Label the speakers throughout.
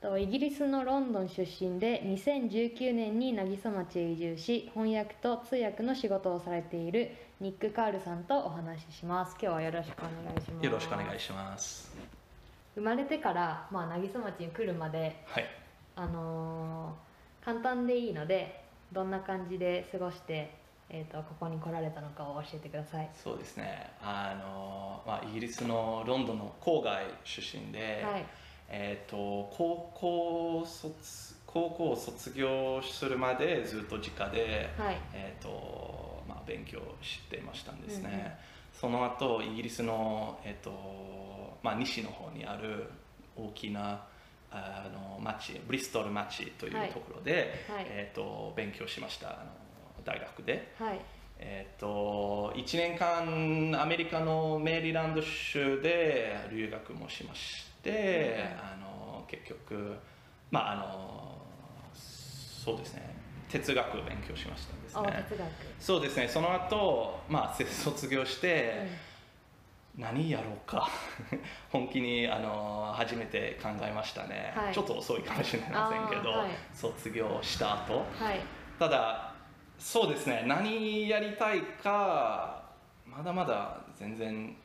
Speaker 1: とイギリスのロンドン出身で2019年に渚町へ移住し翻訳と通訳の仕事をされているニック・カールさんとお話しします今日はよろしくお願いします
Speaker 2: よろしくお願いします
Speaker 1: 生まれてから、まあ、渚町に来るまで、
Speaker 2: はい
Speaker 1: あのー簡単でいいのでどんな感じで過ごして、えー、とここに来られたのかを教えてください
Speaker 2: そうですねあの、まあ、イギリスのロンドンの郊外出身で、
Speaker 1: はい
Speaker 2: えー、と高校卒高校を卒業するまでずっと実家で、
Speaker 1: はい
Speaker 2: えーとまあ、勉強してましたんですね、その後イギリスの、えーとまあ、西の方にある大きなあの町ブリストル町というところで、
Speaker 1: はいはい
Speaker 2: えー、と勉強しましたあの大学で。
Speaker 1: はい
Speaker 2: えっと1年間アメリカのメリーランド州で留学もしまして、あの結局まああのそうですね哲学を勉強しましたんです
Speaker 1: あ
Speaker 2: ね
Speaker 1: 哲学
Speaker 2: そうですねその後まあせ卒業して、何やろうか 本気にあの初めて考えましたね、
Speaker 1: はい
Speaker 2: ちょっと遅いかもしれませんけど、
Speaker 1: あーはい
Speaker 2: 卒業した後
Speaker 1: うんはい
Speaker 2: ただそうですね何やりたいかまだまだ全然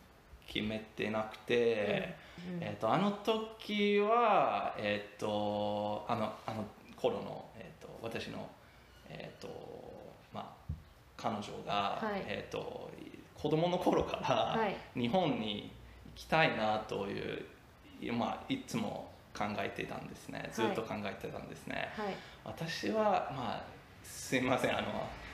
Speaker 2: 決めてなくて、
Speaker 1: うん
Speaker 2: えっとあの時はえっ、とあのあの頃の、えっと私のえっ、とまあ彼女が、
Speaker 1: はい
Speaker 2: えっ、と子供の頃から、
Speaker 1: はい
Speaker 2: 日本に行きたいなという、まあ、いつも考えてたんですねずっと考えてたんですね、
Speaker 1: はい
Speaker 2: 私はまあすいませんあの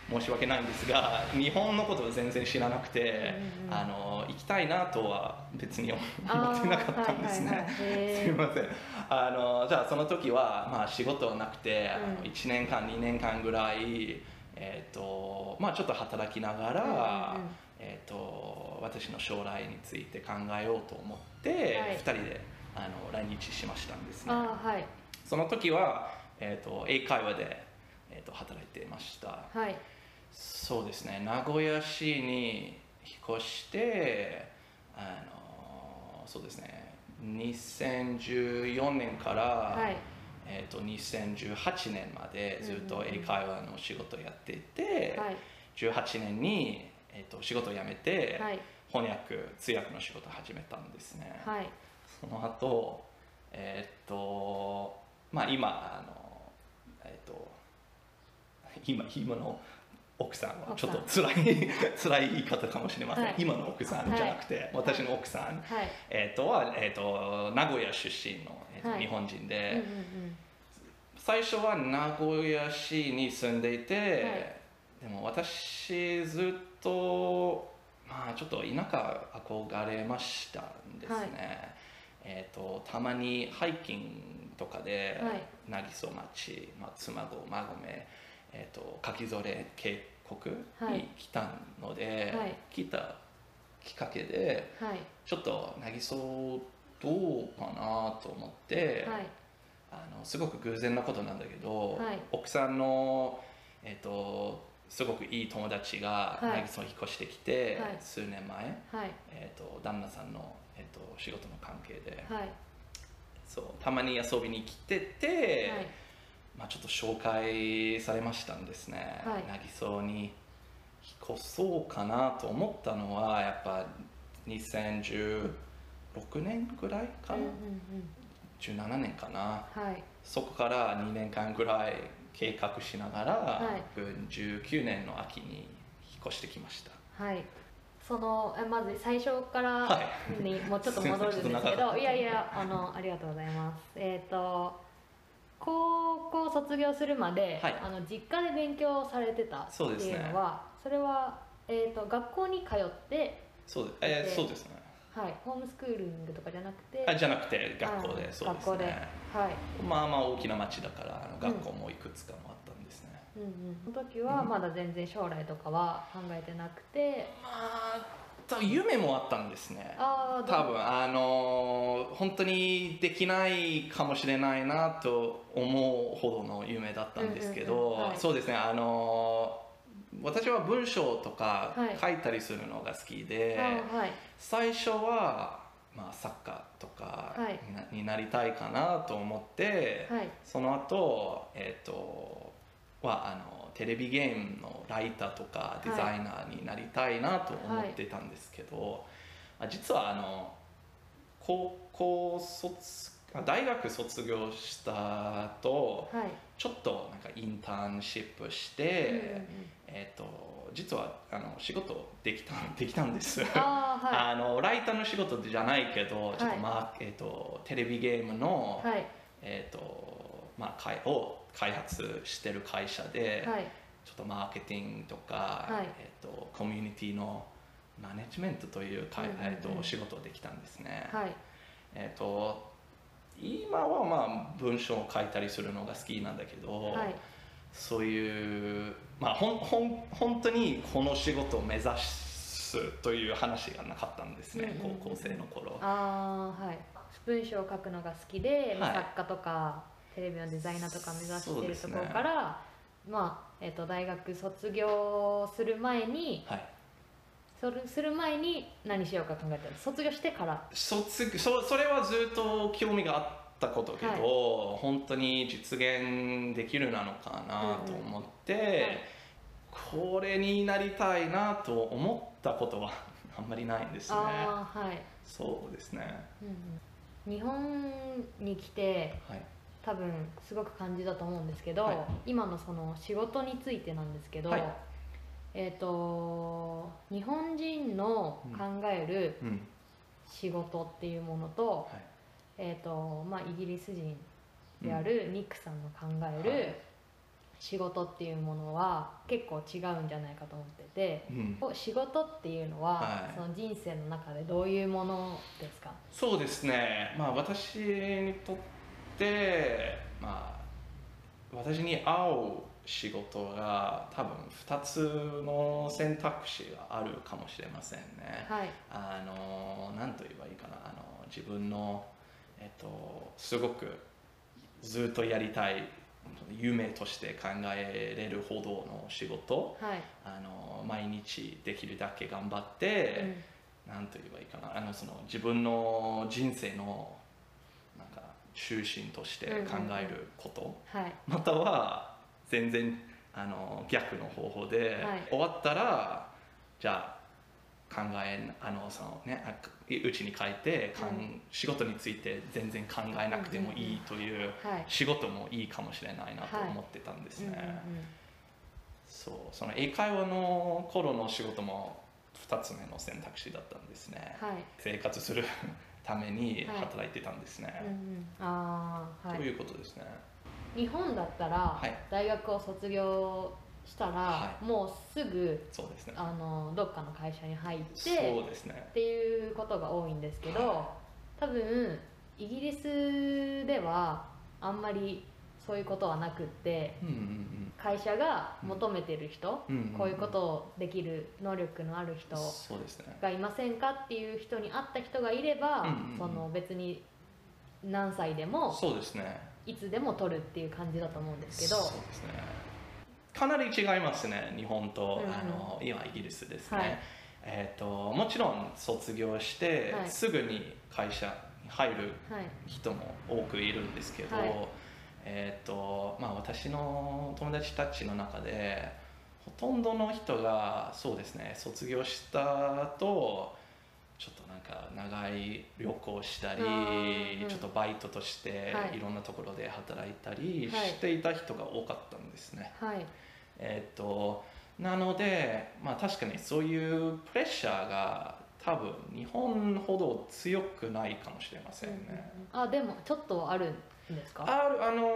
Speaker 2: 申し訳ないんですが日本のことを全然知らなくて、
Speaker 1: うんうんうん
Speaker 2: あの行きたいなとは別に思
Speaker 1: あー
Speaker 2: ってなかったんです
Speaker 1: はいはい
Speaker 2: ね
Speaker 1: はい。
Speaker 2: すい
Speaker 1: へ
Speaker 2: ませんあのじゃあその時は、まあ、仕事はなくて、あの
Speaker 1: うん
Speaker 2: 1年間2年間ぐらい、えーとまあ、ちょっと働きなが
Speaker 1: う
Speaker 2: ら
Speaker 1: んうんうん、
Speaker 2: えー、と私の将来について考えようと思って、
Speaker 1: はい
Speaker 2: 2人であの来日しましたんです
Speaker 1: ー
Speaker 2: ね。
Speaker 1: あーはい
Speaker 2: その時は、えー、と英会話で、えー、と働いていました
Speaker 1: はい
Speaker 2: そうですね名古屋市に引っ越してあのそうですね2014年から、
Speaker 1: はい
Speaker 2: えー、と2018年までずっ
Speaker 1: うん
Speaker 2: と
Speaker 1: うんうん
Speaker 2: 英会話の仕事やっていて、
Speaker 1: はい
Speaker 2: 18年に、えー、と仕事を辞めて、
Speaker 1: はい
Speaker 2: 翻訳通訳の仕事を始めたんですね。
Speaker 1: はい
Speaker 2: その後えーっとまあ今あのえーっと今今の奥さんは
Speaker 1: 奥
Speaker 2: ち
Speaker 1: さ
Speaker 2: ょ
Speaker 1: ん
Speaker 2: っと辛い 辛い言い方かもしれません、
Speaker 1: はい
Speaker 2: 今の奥さんじゃなくて、私の奥さん、
Speaker 1: はい
Speaker 2: えーっとは、えーっと名古屋出身の、えーっと
Speaker 1: はい
Speaker 2: 日本人で、
Speaker 1: うんうん
Speaker 2: 最初は名古屋市に住んでいて、でも私ずっとまあちょっと田舎憧れましたんですね、
Speaker 1: はい
Speaker 2: えっ、とたまにハイキングとかで、
Speaker 1: はい
Speaker 2: 渚町、まあ、妻子馬込、えー、と垣添渓谷
Speaker 1: はい
Speaker 2: に来たので、
Speaker 1: はい
Speaker 2: 来たきっかけで
Speaker 1: うんはい
Speaker 2: ちょっと渚どうかなと思って、
Speaker 1: はい
Speaker 2: あのすごく偶然なことなんだけど、
Speaker 1: はい
Speaker 2: 奥さんの、えっとすごくいい友達が
Speaker 1: はい
Speaker 2: 渚に引っ越してきて、
Speaker 1: はい
Speaker 2: 数年前、
Speaker 1: はい
Speaker 2: えっと旦那さんの、えっと仕事の関係で、
Speaker 1: はい
Speaker 2: そうたまに遊びに来てて、まあ、ちょっと紹介されましたんですね、
Speaker 1: はい
Speaker 2: 渚に引っ越そうかなと思ったのはやっぱ2016年ぐらいか
Speaker 1: はいうん
Speaker 2: な、
Speaker 1: うんうん
Speaker 2: 17年かな。
Speaker 1: はい
Speaker 2: そこから2年間ぐらい計画しながら、
Speaker 1: はい
Speaker 2: 19年の秋に引っ越してきました
Speaker 1: はい。そのえまず最初から
Speaker 2: は
Speaker 1: にもうちょっと戻るんです
Speaker 2: すいません
Speaker 1: け
Speaker 2: ちょっと長か
Speaker 1: ど、
Speaker 2: った
Speaker 1: いやいやあのありがとうございます。えっ、と高校卒業するまで、
Speaker 2: はい
Speaker 1: あの実家で勉強されてたって
Speaker 2: そうです
Speaker 1: い
Speaker 2: ね
Speaker 1: うのは、そ,、れはえっ、と学校に通って、
Speaker 2: そう,、え
Speaker 1: で
Speaker 2: ーそうですね
Speaker 1: はい、ホームスクーリングとかじゃなくて、
Speaker 2: あじゃなくて学校
Speaker 1: あ
Speaker 2: でそうで
Speaker 1: 学
Speaker 2: す
Speaker 1: 校で、
Speaker 2: ね
Speaker 1: はい。
Speaker 2: まあまあ大きな町だからあの
Speaker 1: ん
Speaker 2: 学校もいくつかもあったんですね、
Speaker 1: うんうん。その時はまだ全然将来とかは考えてなくて、
Speaker 2: まあ多分夢もあったんですね
Speaker 1: ああ
Speaker 2: 多分あのー本当にできないかもしれないなと思うほどの夢だったんですけど、
Speaker 1: うんうんうんはい
Speaker 2: そうですねあのー私は文章とか
Speaker 1: はい
Speaker 2: 書いたりするのが好きで、
Speaker 1: あはい
Speaker 2: 最初は、まあ、サッカーとか
Speaker 1: はい
Speaker 2: にな,、りたいかなと思って、
Speaker 1: はい
Speaker 2: その後、えっとはあのテレビゲームのライターとか
Speaker 1: い
Speaker 2: デザイナーになりたいなと思ってたんですけど、あ実はあの高校卒あ大学卒業した後
Speaker 1: はい
Speaker 2: ちょっとなんかインターンシップして、
Speaker 1: うんうんうん
Speaker 2: えっと実はあの仕事できた できたんです。
Speaker 1: ああは
Speaker 2: あのライターの仕事じゃないけど、
Speaker 1: い
Speaker 2: ちょっとまあえっ、とテレビゲームの、
Speaker 1: いはい
Speaker 2: えっ、とまあ開を開発してる会社で、
Speaker 1: はい
Speaker 2: ちょっとマーケティングとか、
Speaker 1: はい
Speaker 2: えっ、とコミュニティのマネジメントというか、
Speaker 1: うんうんうん
Speaker 2: えっ、と仕事をできたんですね。
Speaker 1: はい
Speaker 2: えっ、と今はまあ文章を書いたりするのが好きなんだけど、
Speaker 1: はい
Speaker 2: そういうまあほんほん本当にこの仕事を目指すという話がなかったんですね、
Speaker 1: うんうんうん
Speaker 2: 高校生の頃
Speaker 1: ああはい文章を書くのが好きで、
Speaker 2: はい
Speaker 1: 作家とかテレビのデザイナーとか目指してるところから、まあ、えっと大学卒業する前に
Speaker 2: はい
Speaker 1: それする前に何しようか考えてる卒業してから
Speaker 2: 卒そそれはずっと興味があったことけど、
Speaker 1: はい
Speaker 2: 本当に実現できるなのかなと思って、
Speaker 1: はい
Speaker 2: これになりたいなと思ったことは あんまりないんですね
Speaker 1: ああはい、
Speaker 2: そうですね
Speaker 1: うんうん、日本に来て
Speaker 2: はい
Speaker 1: 多分すごく感じたと思うんですけど、
Speaker 2: はい
Speaker 1: 今のその仕事についてなんですけど、
Speaker 2: はい
Speaker 1: えっ、と日本人の考える
Speaker 2: うん
Speaker 1: 仕事っていうものと,、
Speaker 2: はい
Speaker 1: えーとまあ、イギリス人であるニックさんの考え
Speaker 2: は
Speaker 1: る
Speaker 2: い
Speaker 1: 仕事っていうものは結構違うんじゃないかと思ってて。
Speaker 2: うん、
Speaker 1: 仕事っていうのは、
Speaker 2: はい
Speaker 1: その人生の中でどういうものですか
Speaker 2: そうですね、まあ、私にとって、まあ、私に合う仕事が多分2つの選択肢があるかもしれませんね。
Speaker 1: はい
Speaker 2: あの何と言えばいいかなあの自分の、えっと、すごくずっとやりたい夢として考えれるほどの仕事
Speaker 1: はい、
Speaker 2: あの毎日できるだけ頑張って、
Speaker 1: うん
Speaker 2: なんと言えばいいかなあのその自分の人生のなんか中心として考えること、
Speaker 1: はい
Speaker 2: または全然あの逆の方法で、
Speaker 1: はい
Speaker 2: 終わったらじゃあ考えあのそのねあうちに帰ってかん、
Speaker 1: うん
Speaker 2: 仕事について全然考えなくてもいいという、
Speaker 1: はい
Speaker 2: 仕事もいいかもしれないなと思ってたんですね。そうその英会話の頃の仕事も2つ目の選択肢だったんですね、
Speaker 1: はい
Speaker 2: 生活するために
Speaker 1: はい
Speaker 2: 働いてたんです
Speaker 1: うんうんう
Speaker 2: ね、
Speaker 1: んああは
Speaker 2: と
Speaker 1: い
Speaker 2: いうことですね
Speaker 1: 日本だったら、
Speaker 2: はい
Speaker 1: 大学を卒業したら、
Speaker 2: は
Speaker 1: もうすぐ
Speaker 2: そうですね
Speaker 1: あのどっかの会社に入って
Speaker 2: そうですね
Speaker 1: っていうことが多いんですけど、
Speaker 2: は
Speaker 1: 多分イギリスではあんまりそういうことはなくって
Speaker 2: うん
Speaker 1: 会社が求めてる人、
Speaker 2: うんうんん
Speaker 1: こういうことをできる能力のある人
Speaker 2: そうですね
Speaker 1: がいませんかっていう人に会った人がいれば、
Speaker 2: うんうんうん
Speaker 1: その別に何歳でも
Speaker 2: そうですね
Speaker 1: いつでも取るっていう感じだと思うんですけど
Speaker 2: そうですねかなり違いますね日本と、
Speaker 1: うんうん
Speaker 2: あの今イギリスですね、
Speaker 1: はい
Speaker 2: えっ、ともちろん卒業して、
Speaker 1: はい
Speaker 2: すぐに会社に入る
Speaker 1: はい
Speaker 2: 人も多くいるんですけど、
Speaker 1: はい
Speaker 2: えーとまあ、私の友達たちの中でほとんどの人がそうですね卒業した後ちょっとなんか長い旅行したり、
Speaker 1: あーうん
Speaker 2: ちょっとバイトとして
Speaker 1: はい
Speaker 2: いろんなところで働いたり
Speaker 1: はい
Speaker 2: していた人が多かったんですね。
Speaker 1: はい
Speaker 2: えーとなので、まあ、確かにそういうプレッシャーが多分日本ほど強くないかもしれませんね。
Speaker 1: うんうんあでもちょっとあるんですか
Speaker 2: あるあの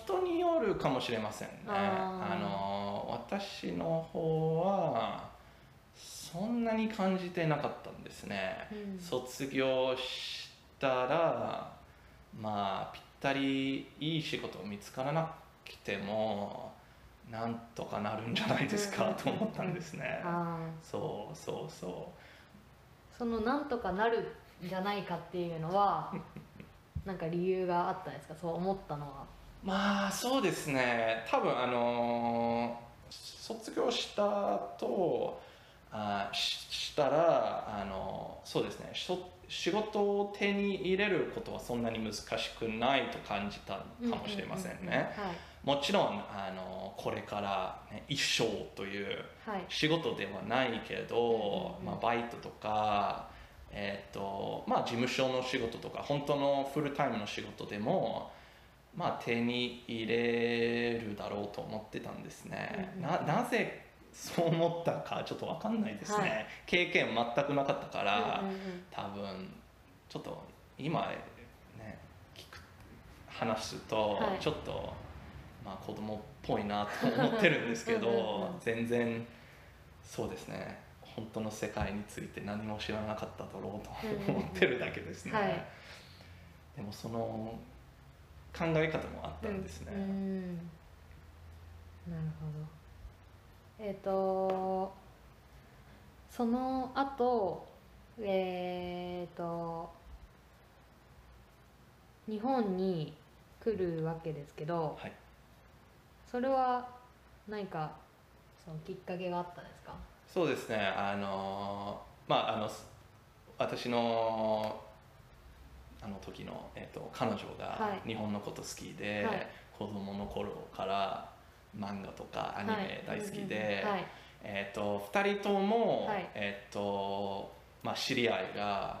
Speaker 2: 人によるかもしれませんね
Speaker 1: あ
Speaker 2: あ
Speaker 1: ー
Speaker 2: の私の方はそんなに感じてなかったんですね、
Speaker 1: うん
Speaker 2: 卒業したらまあぴったりいい仕事を見つからなくてもなんとかなるんじゃないです
Speaker 1: うん
Speaker 2: か
Speaker 1: うん
Speaker 2: と思ったんですね
Speaker 1: あ
Speaker 2: そうそうそ
Speaker 1: ーそのなんとかなるんじゃないかっていうの はなんか理由があったんですかそう思ったのは
Speaker 2: うまあそうですね多分あの卒業した後あししたらあのそうですねしょ仕事を手に入れることはそんなに難しくないと感じたかもしれませんね。
Speaker 1: うううはい
Speaker 2: もちろんあのこれから、ね、一生という
Speaker 1: はい
Speaker 2: 仕事ではないけ
Speaker 1: う
Speaker 2: ど、
Speaker 1: んうん
Speaker 2: ま
Speaker 1: う
Speaker 2: あ
Speaker 1: ん、
Speaker 2: バイトとか、えーとまあ、事務所の仕事とか本当のフルタイムの仕事でも、まあ、手に入れるだろうと思ってたんですね、
Speaker 1: うんうん
Speaker 2: ななぜそう思ったかちょっと分かんないですね、
Speaker 1: は
Speaker 2: 経験全くなかったから、
Speaker 1: うんうんうん
Speaker 2: 多分ちょっと今ね聞く話すと
Speaker 1: はい
Speaker 2: ちょっと、まあ子供っぽいなと思ってるんですけ ど
Speaker 1: うんうんうん
Speaker 2: 全然そうですね本当の世界について何も知らなかっただろうと
Speaker 1: うんうんうん
Speaker 2: 思ってるだけですね、
Speaker 1: はい
Speaker 2: でもその考え方もあったんですね、
Speaker 1: うんうんなるほどえっ、とその後えっ、と日本に来るわけですけど、
Speaker 2: はい
Speaker 1: それは何かそのきっかけがあったんですか
Speaker 2: そうですねあのまああのす私のあの時の、えっと彼女
Speaker 1: は
Speaker 2: が
Speaker 1: い
Speaker 2: 日本のこと好きで、
Speaker 1: はい
Speaker 2: 子供の頃から漫画とかアニメ大好きで、
Speaker 1: はい
Speaker 2: えっと2人とも、
Speaker 1: はい
Speaker 2: えっとまあ、知り合いが、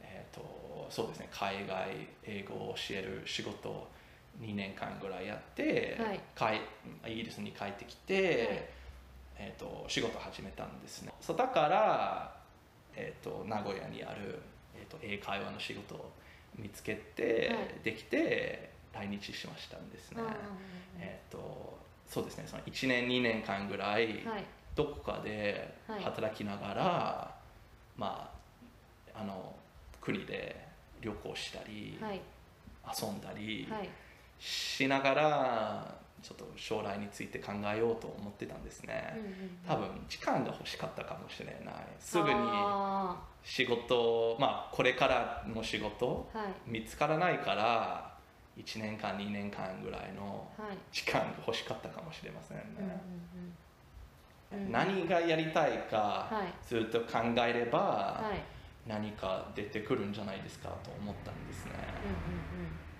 Speaker 2: えっとそうですね、海外英語を教える仕事を2年間ぐらいやって、かいイギリスに帰ってきて、えっと仕事始めたんですね。そうだから、えっと名古屋にある、えっと英会話の仕事を見つけて、
Speaker 1: はい
Speaker 2: できて来日しましたんですね。
Speaker 1: はい
Speaker 2: えっとそうですねその1年2年間ぐらい、
Speaker 1: はい
Speaker 2: どこかで
Speaker 1: はい
Speaker 2: 働きながら、まああの国で旅行したり、
Speaker 1: はい
Speaker 2: 遊んだり
Speaker 1: はい
Speaker 2: しながら、ちょっと将来について考えようと思ってたんですね、多分時間が欲しかったかもしれないすぐに
Speaker 1: は
Speaker 2: 仕事まあこれからの仕事
Speaker 1: いはい
Speaker 2: 見つからないから1年間2年間ぐらいの時間が欲しかったかもしれませんね、
Speaker 1: うんうんうん
Speaker 2: 何がやりたいか、
Speaker 1: はい
Speaker 2: ずっと考えれば、
Speaker 1: はい
Speaker 2: 何か出てくるんじゃないですかと思ったんですね。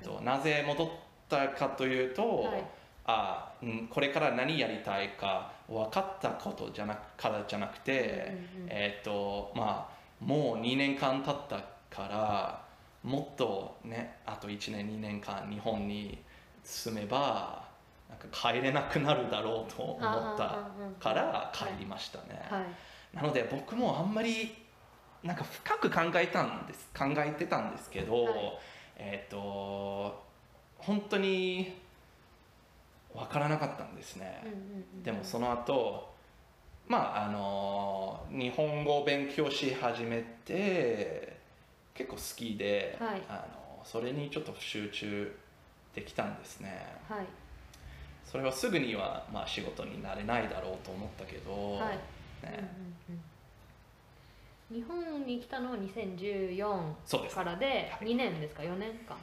Speaker 1: うんうんうん
Speaker 2: となぜ戻ったかというと、
Speaker 1: はい
Speaker 2: あうんこれから何やりたいか分かったことじゃなからじゃなく
Speaker 1: う
Speaker 2: て、
Speaker 1: んうんうん
Speaker 2: えっ、とまあもう2年間経ったからもっとねあと1年2年間日本に住めばなんか帰れなくなるだろうと思ったから帰りましたね。
Speaker 1: はい
Speaker 2: なので僕もあんまりなんか深く考えたんです考えてたんですけど、
Speaker 1: はい
Speaker 2: えっ、と本当に分からなかったんですね、でもその後まああの日本語を勉強し始めて結構好きで、
Speaker 1: はい
Speaker 2: あのそれにちょっと集中できたんですね
Speaker 1: はい
Speaker 2: それはすぐには、まあ、仕事になれないだろうと思ったけど、
Speaker 1: はい
Speaker 2: ね
Speaker 1: 日本に来たのは2014
Speaker 2: そうです
Speaker 1: からで2年ですか4年間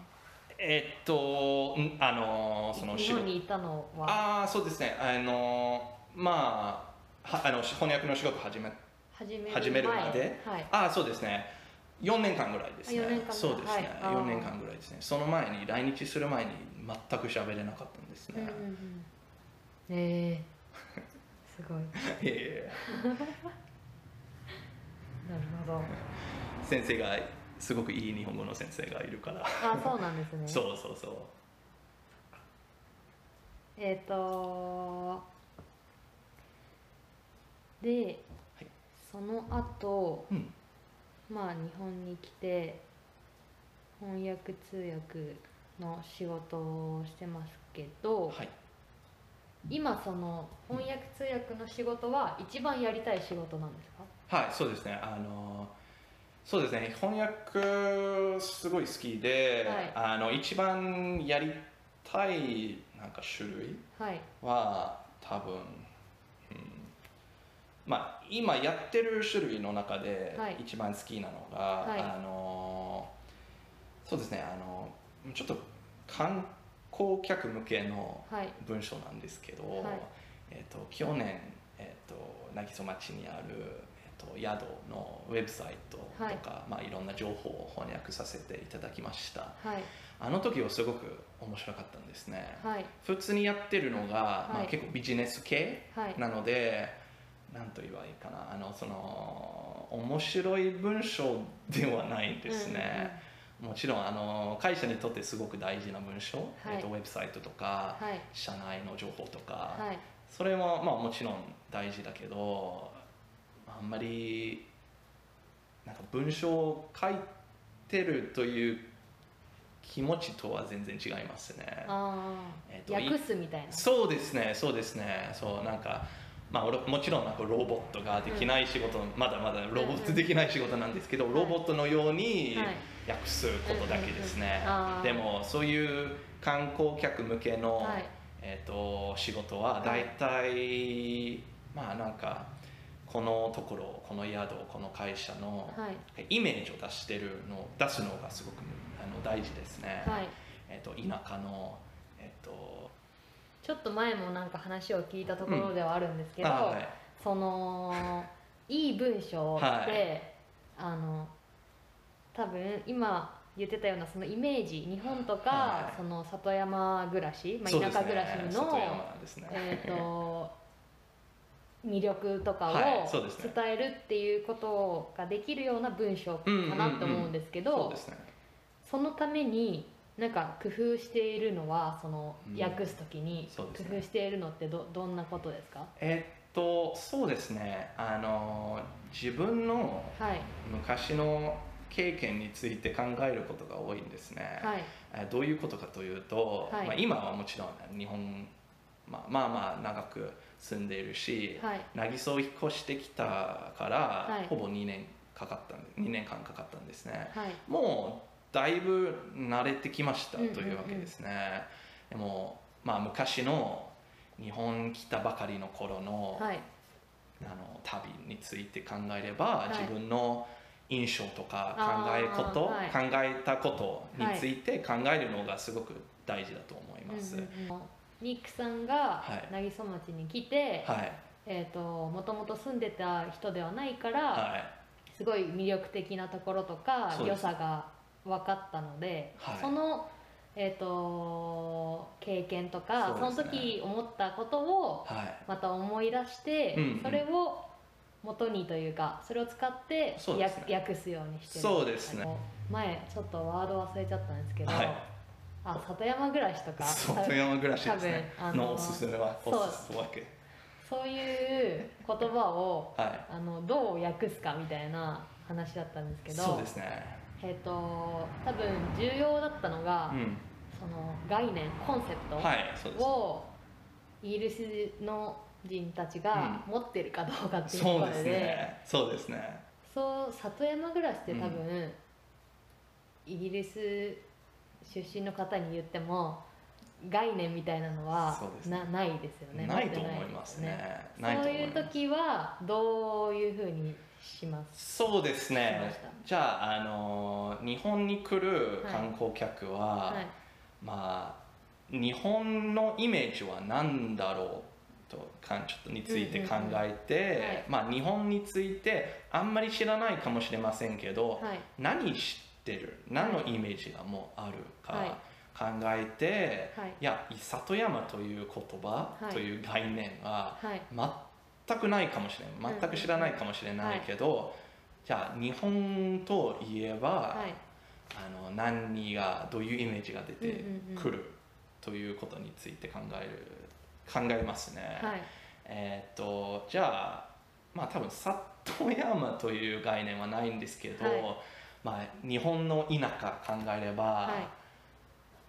Speaker 2: えっと、んあのーその
Speaker 1: 日
Speaker 2: 仕
Speaker 1: 本
Speaker 2: 事。
Speaker 1: にいたのは
Speaker 2: ああ、そうですね。あのーまあ、はあの翻訳の仕事始め。
Speaker 1: 始め
Speaker 2: 始めるまで
Speaker 1: 前はい
Speaker 2: ああ、そうですね。四年間ぐらいですね
Speaker 1: あ四年間ぐ。らい
Speaker 2: そうですね
Speaker 1: はい。あー
Speaker 2: 四、年間ぐらいですね。その前に来日する前に全く喋れなかったんです
Speaker 1: うん
Speaker 2: ね
Speaker 1: うん。うんええすごい
Speaker 2: いやいやいや
Speaker 1: なるほど
Speaker 2: 先生がすごくいい日本語の先生がいるから。
Speaker 1: あそうなんです ね
Speaker 2: そうそうそう。
Speaker 1: えっ、とで、
Speaker 2: はい
Speaker 1: その後、
Speaker 2: うん
Speaker 1: まあ日本に来て翻訳通訳の仕事をしてますけど、
Speaker 2: はい。
Speaker 1: 今その翻訳通訳の仕事は一番やりたい仕事なんですか、
Speaker 2: はい、そうですね。あのそうですね。翻訳すごい好きで、あの一番やりたいなんか種類
Speaker 1: はい
Speaker 2: は多分、うん、まあ今やってる種類の中で
Speaker 1: はい
Speaker 2: 一番好きなのが、
Speaker 1: い
Speaker 2: あのそうですね。あのちょっと観光客向けの
Speaker 1: はい
Speaker 2: 文章なんですけど、
Speaker 1: はい
Speaker 2: えっ、と去年えっ、と渚町にあるえっ、と宿のウェブサイトとか、
Speaker 1: はい
Speaker 2: いまあ、いろんな情報を翻訳させていただきました
Speaker 1: はい
Speaker 2: あの時はすごく面白かったんですね、
Speaker 1: はい
Speaker 2: 普通にやってるのが、ま
Speaker 1: は
Speaker 2: あ、
Speaker 1: い
Speaker 2: 結構ビジネス系
Speaker 1: はい
Speaker 2: なので、なんと言えばいいかなあのその面白い文章ではないですね、もちろんあの会社にとってすごく大事な文章、
Speaker 1: い
Speaker 2: えっとウェブサイトとか、
Speaker 1: うんうんはい
Speaker 2: 社内の情報とか、
Speaker 1: はい
Speaker 2: それはまあもちろん大事だけどあんまりなんか文章を書いてるという気持ちとは全然違いますね。
Speaker 1: あ
Speaker 2: えっと
Speaker 1: あ訳すみたいな
Speaker 2: そうですね、そうですね、そうなんか、まあ、俺もちろんなんかロボットができない仕事、まだまだロボットできない仕事なんですけど、
Speaker 1: うん
Speaker 2: ロボットのように
Speaker 1: はい
Speaker 2: 訳すことだけですね
Speaker 1: うんうんうんあ、ー
Speaker 2: でもそういう観光客向けの、
Speaker 1: はい
Speaker 2: えー、と仕事は大体、まあなんかこのところこの宿この会社の
Speaker 1: はい
Speaker 2: イメージを出してるの出すのがすごくあの大事ですね、
Speaker 1: はい
Speaker 2: えー、と田舎の、えー、と
Speaker 1: ちょっと前もなんか話を聞いたところではあるんですけど、
Speaker 2: あはい
Speaker 1: そのいい文章って、
Speaker 2: は
Speaker 1: あの多分今言ってたようなそのイメージ日本とか、
Speaker 2: はい
Speaker 1: その里山暮らし、ま
Speaker 2: そう
Speaker 1: あ、
Speaker 2: で
Speaker 1: 田
Speaker 2: す
Speaker 1: 舎
Speaker 2: ね
Speaker 1: 暮らし
Speaker 2: 里
Speaker 1: の、
Speaker 2: 山ですね
Speaker 1: えー、と魅力とかを
Speaker 2: はいそうですね
Speaker 1: 伝えるっていうことができるような文章かなって思うんですけど、
Speaker 2: そうですね
Speaker 1: そのためになんか工夫しているのはその
Speaker 2: うん
Speaker 1: 訳すときに工
Speaker 2: そうですね
Speaker 1: 夫しているのってどどんなことですか
Speaker 2: えっ、とそうですねあの自分の
Speaker 1: はい
Speaker 2: 昔の経験について考えることが多いんですね、
Speaker 1: はい
Speaker 2: えーどういうことかというと、
Speaker 1: はい
Speaker 2: まあ、今はもちろん日本、まあ、まあまあ長く住んでいるし、
Speaker 1: はい
Speaker 2: 渚を引っ越してきたから、
Speaker 1: はい
Speaker 2: ほぼ2年かかったんで2年間かかったんですね
Speaker 1: はい
Speaker 2: もうだいぶ慣れてきました
Speaker 1: うんうんうん
Speaker 2: というわけですね、でもまあ昔の日本来たばかりの頃の、
Speaker 1: はい
Speaker 2: あの旅について考えれば、
Speaker 1: はい
Speaker 2: 自分の印象とか
Speaker 1: あ
Speaker 2: 考え
Speaker 1: ー
Speaker 2: こと、
Speaker 1: はい
Speaker 2: 考えたことについて考えるのがすごく大事だと思います。
Speaker 1: うんうんうんニックさんが
Speaker 2: はい
Speaker 1: 渚町に来て、
Speaker 2: はい、
Speaker 1: えー、ともともと住んでた人ではないから、
Speaker 2: はい、
Speaker 1: すごい魅力的なところとか
Speaker 2: そうで
Speaker 1: 良
Speaker 2: す
Speaker 1: さが分かったので、
Speaker 2: はい
Speaker 1: その、えー、と経験とかそ,、
Speaker 2: そうです
Speaker 1: の
Speaker 2: ね
Speaker 1: 時思ったことを
Speaker 2: はい、
Speaker 1: また思い出して、
Speaker 2: うんうん
Speaker 1: それを元にというかそれを使って
Speaker 2: そう
Speaker 1: や
Speaker 2: ですね
Speaker 1: 訳すようにしてる
Speaker 2: そうですね
Speaker 1: あの前ちょっとワード忘れちゃったんですけど、
Speaker 2: はい
Speaker 1: あ里山暮らし とか
Speaker 2: 外山暮らしですね
Speaker 1: 多分あの
Speaker 2: のおすすめは
Speaker 1: そう
Speaker 2: おすすわけ
Speaker 1: そういう言葉を
Speaker 2: は
Speaker 1: あのどう訳すかみたいな話だったんですけ
Speaker 2: い
Speaker 1: ど
Speaker 2: そうですね
Speaker 1: えっ、と多分重要だったのが、
Speaker 2: うん
Speaker 1: その概念コンセ
Speaker 2: は
Speaker 1: プ
Speaker 2: いそう
Speaker 1: トをイギリスの人たちが持ってるかどうかっ
Speaker 2: で
Speaker 1: て
Speaker 2: す
Speaker 1: いうとこ
Speaker 2: そう
Speaker 1: ろ
Speaker 2: ですねそうですね
Speaker 1: そう里山暮らしって多分、
Speaker 2: う
Speaker 1: イギリス出身の方に言っても概念みたいなのは
Speaker 2: そうですね
Speaker 1: なないですよね
Speaker 2: ないと
Speaker 1: 持って
Speaker 2: 思い
Speaker 1: で
Speaker 2: ますねないと
Speaker 1: そう
Speaker 2: 思い
Speaker 1: い
Speaker 2: ま
Speaker 1: う
Speaker 2: す
Speaker 1: 時はどういうふうにします
Speaker 2: そうです
Speaker 1: しま
Speaker 2: ね
Speaker 1: した
Speaker 2: じゃああの日本に来る観光客は、
Speaker 1: はい
Speaker 2: まあ日本のイメージは何だろうとかんちょっとについて考え
Speaker 1: うんうんうんはい
Speaker 2: てまあ日本についてあんまり知らないかもしれませんけど、
Speaker 1: はい
Speaker 2: 何知ってる何のイメージがもうある
Speaker 1: はい
Speaker 2: か考えて、
Speaker 1: はい
Speaker 2: いや里山という言葉、
Speaker 1: はい
Speaker 2: という概念は
Speaker 1: はい
Speaker 2: 全くないかもしれない全く知らないかもしれないけど、じゃあ日本といえば、
Speaker 1: はい
Speaker 2: あの何がどういうイメージが出て
Speaker 1: う
Speaker 2: く
Speaker 1: んうんう
Speaker 2: るということについて考える考えますね。
Speaker 1: はい
Speaker 2: えーっとじゃあまあ多分里山という概念はないんですけど、
Speaker 1: はい
Speaker 2: まあ日本の田舎考えれば、
Speaker 1: はい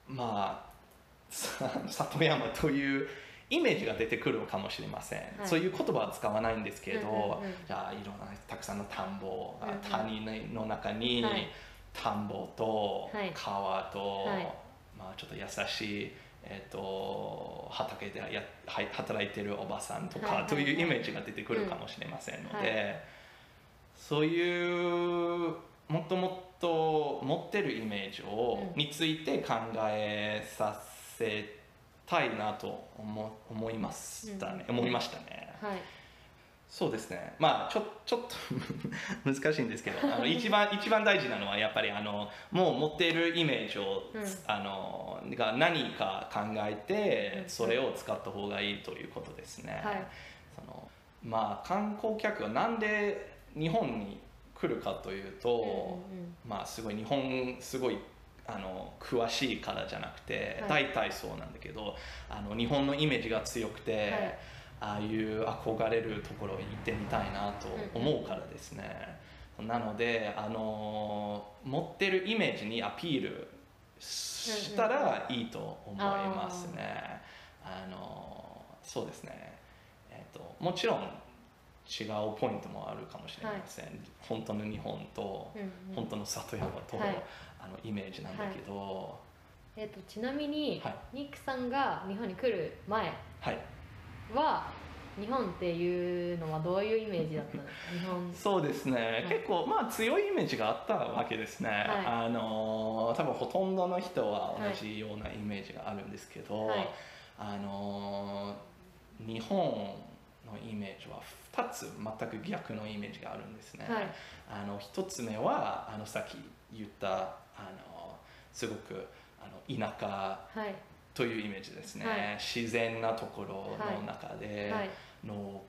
Speaker 2: まあさ里山というイメージが出てくるかもしれません、
Speaker 1: はい
Speaker 2: そういう言葉は使わないんですけど、
Speaker 1: うんうんうん
Speaker 2: じゃあいろんなたくさんの田んぼ、
Speaker 1: うんうん
Speaker 2: 谷の中に、
Speaker 1: はい
Speaker 2: 田んぼと
Speaker 1: はい
Speaker 2: 川と、
Speaker 1: はい
Speaker 2: まあ、ちょっと優しい、えー、と畑でやはい働いてるおばさんと
Speaker 1: はいはい
Speaker 2: か
Speaker 1: はい
Speaker 2: というイメージが出てくるかもしれませんので、
Speaker 1: うんは
Speaker 2: そういうもっともっと持ってるイメージを、
Speaker 1: うん
Speaker 2: について考えさせたいなと思思いましたね、
Speaker 1: うん
Speaker 2: 思いましたね。
Speaker 1: はい
Speaker 2: そうですね、まあ、ちょちょっと 難しいんですけど あの一番一番大事なのはやっぱりあのもう持っているイメージを、
Speaker 1: うん
Speaker 2: あのが何か考えて
Speaker 1: うん
Speaker 2: それを使った方がいいということですね。
Speaker 1: はい
Speaker 2: そのまあ、観光客はなんで日本に来るかというと、
Speaker 1: うんうん
Speaker 2: まあ、すごい日本すごいあの詳しいからじゃなくて、
Speaker 1: は
Speaker 2: 大体そうなんだけどあの日本のイメージが強くて、
Speaker 1: い
Speaker 2: ああいう憧れるところに行ってみたいなと思うからですね、なのであの持ってるイメージにアピールしたらいいと思いますね。あのそうですね、えっともちろん違うポイントもあるかもしれません、本当の日本と
Speaker 1: うんうん
Speaker 2: 本当の里山と、
Speaker 1: はい
Speaker 2: あのイメージなんだけど、
Speaker 1: えっとちなみに、
Speaker 2: はい
Speaker 1: ニックさんが日本に来る前
Speaker 2: はい、
Speaker 1: は日本っていうのはどういうイメージだったんですか日本
Speaker 2: そうですね、
Speaker 1: はい
Speaker 2: 結構まあ強いイメージがあったわけですね、
Speaker 1: は
Speaker 2: あのー多分ほとんどの人は同じようなイメージがあるんですけど、
Speaker 1: はい
Speaker 2: あのー日本のイメージは2つ全く逆のイメージがあるんですね、
Speaker 1: はい
Speaker 2: あの1つ目はあのさっき言ったあのすごくあの田舎
Speaker 1: はい
Speaker 2: というイメージですね、
Speaker 1: は
Speaker 2: 自然なところの中で
Speaker 1: はい
Speaker 2: 農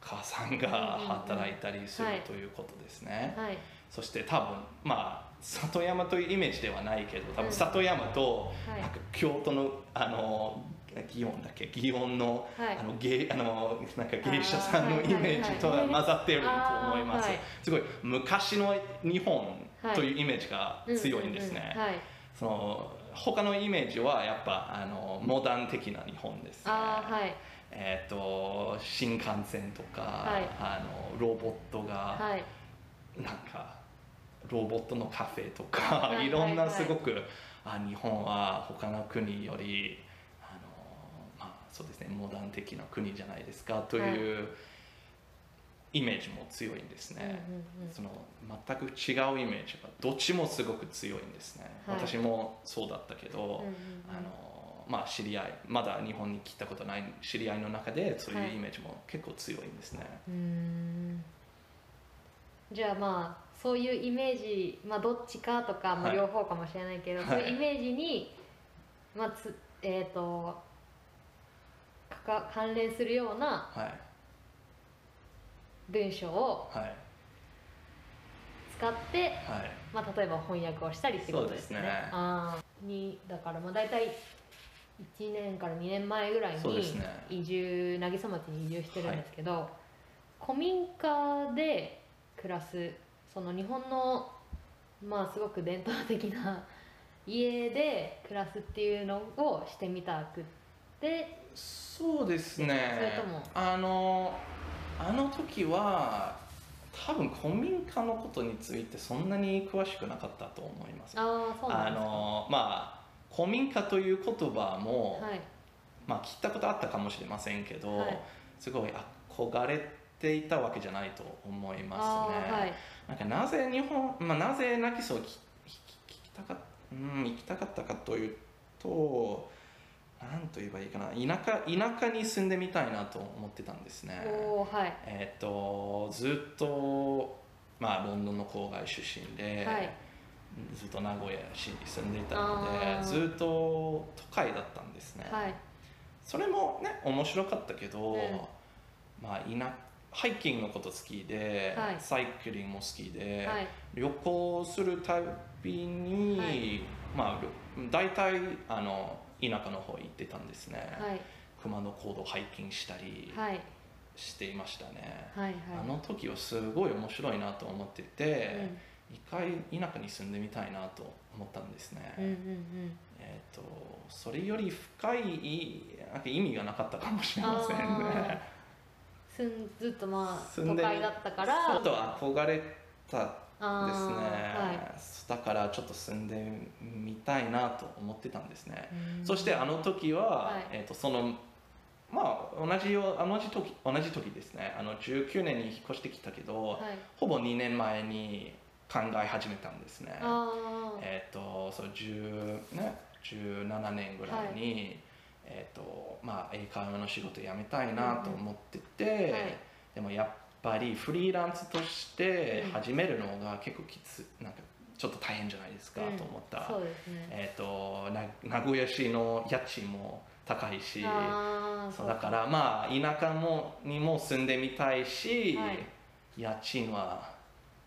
Speaker 2: 家さんが働いたりする
Speaker 1: うんうんうんはい
Speaker 2: ということですね、
Speaker 1: はい
Speaker 2: そして多分まあ里山というイメージではないけど多
Speaker 1: う
Speaker 2: 分
Speaker 1: ん
Speaker 2: 里山と
Speaker 1: はい
Speaker 2: なんか京都のあの祇園だっけ祇園の,、
Speaker 1: はい
Speaker 2: あの芸あのなんか芸者さんの
Speaker 1: あ
Speaker 2: イ
Speaker 1: ーはい
Speaker 2: メージと
Speaker 1: はい
Speaker 2: は
Speaker 1: はい
Speaker 2: 混ざってると思います、
Speaker 1: あーはい
Speaker 2: すごい昔の日本というイメージが
Speaker 1: うん
Speaker 2: 強いんですね、
Speaker 1: うんうんはい
Speaker 2: その他のイメージはやっぱあのモダン的な日本ですね。
Speaker 1: あーはい
Speaker 2: えっ、と新幹線とか、
Speaker 1: はい
Speaker 2: あのロボットが
Speaker 1: はい
Speaker 2: なんかロボットのカフェとか、、
Speaker 1: いはいい
Speaker 2: ろんな
Speaker 1: はい
Speaker 2: すごく、あ日本は他の国よりあのまあそうですねモダン的な国じゃないですかという、イメージも強いんですね。
Speaker 1: うんうんうん
Speaker 2: その全く違うイメージがどっちもすごく強いんですね、
Speaker 1: はい
Speaker 2: 私もそうだったけど、
Speaker 1: うんうんうん
Speaker 2: あのまあ、知り合いまだ日本に来たことない知り合いの中でそう
Speaker 1: はいいう
Speaker 2: イメージも結構強いんですね、
Speaker 1: うーんじゃあまあそういうイメージ、まあ、どっちかとか、ま
Speaker 2: は
Speaker 1: あ、
Speaker 2: い
Speaker 1: 両方かもしれないけど、
Speaker 2: はい
Speaker 1: そういうイメージに、まあつえー、とかか関連するような
Speaker 2: はい
Speaker 1: 文章を
Speaker 2: はい
Speaker 1: 使って、
Speaker 2: はい
Speaker 1: まあ、例えば翻訳をしたりってことですね。
Speaker 2: そうですね
Speaker 1: あーにだからまあ大体1年から2年前ぐらい
Speaker 2: そうです
Speaker 1: に
Speaker 2: ね
Speaker 1: 移住、渚町に移住してるんですけど、古民家で暮らすその日本のまあすごく伝統的な 家で暮らすっていうのをしてみたくって
Speaker 2: そうです
Speaker 1: それ
Speaker 2: ね
Speaker 1: とも
Speaker 2: あのあの時は多分古民家のことについてそんなに詳しくなかったと思います
Speaker 1: ああそうなんで
Speaker 2: あ
Speaker 1: すか
Speaker 2: のまあ古民家という言葉も、
Speaker 1: はい
Speaker 2: まあ、聞いたことあったかもしれませんけど、
Speaker 1: はい
Speaker 2: すごい憧れていたわけじゃないと思い
Speaker 1: あ
Speaker 2: ますね。
Speaker 1: ーはい
Speaker 2: なんかなぜ日本、まあ、なぜナキソをききき聞きたかっ、うん、行きたかったかというと、なんと言えばいいかな、田舎田舎に住んでみたいなと思ってたんですね。
Speaker 1: おーはい
Speaker 2: えっとずっと、まあ、ロンドンの郊外出身で、
Speaker 1: はい
Speaker 2: ずっと名古屋市に住んでいたの
Speaker 1: あー
Speaker 2: でずっと都会だったんですね。
Speaker 1: はい
Speaker 2: それもね面白かったけど、
Speaker 1: うん
Speaker 2: まあいなハイキングのこと好きで、
Speaker 1: はい
Speaker 2: サイクリングも好きで、
Speaker 1: はい
Speaker 2: 旅行するたびに、
Speaker 1: はい
Speaker 2: まありょ大体あの田舎の方行ってたんですね、
Speaker 1: はい
Speaker 2: 熊野古道ハイキングしたり
Speaker 1: はい
Speaker 2: していましたね、
Speaker 1: はいはい
Speaker 2: あの時はすごい面白いなと思ってて、一回田舎に住んでみたいなと思ったんですね、
Speaker 1: うんうんうんうん
Speaker 2: えー、とそれより深いいなんか意味がなかったかもしれませんね。
Speaker 1: すんずっとまあ
Speaker 2: 住
Speaker 1: 都
Speaker 2: んで
Speaker 1: 会だったから
Speaker 2: ちょっと憧れたん
Speaker 1: あ
Speaker 2: です
Speaker 1: ー
Speaker 2: ね、だからちょっと住んでみたいなと思ってたんですね。
Speaker 1: はい、
Speaker 2: そしてあの時は、
Speaker 1: はい
Speaker 2: えー、とそのまあ同じよう同じ時同じ時ですねあの19年に引っ越してきたけど、
Speaker 1: はい、
Speaker 2: ほぼ2年前に考え始めたんですね。
Speaker 1: あー
Speaker 2: えっ、とそう10ね17年ぐらいに、えっ、とまあ英会話の仕事辞めたいなと思ってて、
Speaker 1: はい
Speaker 2: でもやぱりフリーランスとして始めるのが結構きつなんかちょっと大変じゃないですか
Speaker 1: うん
Speaker 2: と思った、
Speaker 1: そうですね
Speaker 2: えー、とな名古屋市の家賃も高いし
Speaker 1: ああ
Speaker 2: そうだからまあ田舎もにも住んでみたいし、
Speaker 1: はい
Speaker 2: 家賃は、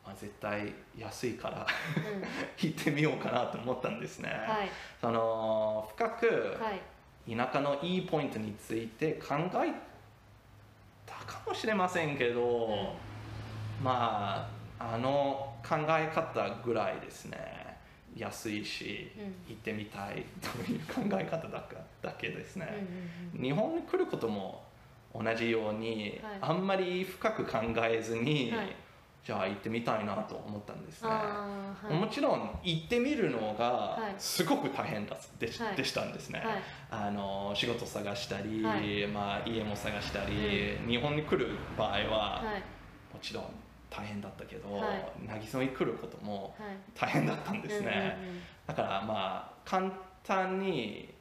Speaker 2: まあ、絶対安いから
Speaker 1: うん
Speaker 2: 行ってみようかなと思ったんですね、
Speaker 1: はい
Speaker 2: その深く
Speaker 1: はい
Speaker 2: 田舎のいいポイントについて考えたかもしれませんけど、まああの考え方ぐらいですね安いし、
Speaker 1: う
Speaker 2: 行ってみたいという考え方だかだけです
Speaker 1: うんうん
Speaker 2: ね、日本に来ることも同じように、
Speaker 1: はい
Speaker 2: あんまり深く考えずに、
Speaker 1: はい
Speaker 2: じゃあ行ってみたいなと思ったんですね、
Speaker 1: ああはい
Speaker 2: もちろん行ってみるのが
Speaker 1: はい
Speaker 2: すごく大変だでし,、
Speaker 1: はい
Speaker 2: でしたんですね、
Speaker 1: はい
Speaker 2: あの仕事探したり、
Speaker 1: はい
Speaker 2: まあ、家も探したり、日本に来る場合
Speaker 1: は
Speaker 2: は、
Speaker 1: い
Speaker 2: もちろん大変だったけど、
Speaker 1: はい
Speaker 2: 渚に来ることも
Speaker 1: はい
Speaker 2: 大変だったんですね、
Speaker 1: うんうんうん
Speaker 2: だからまあ簡単に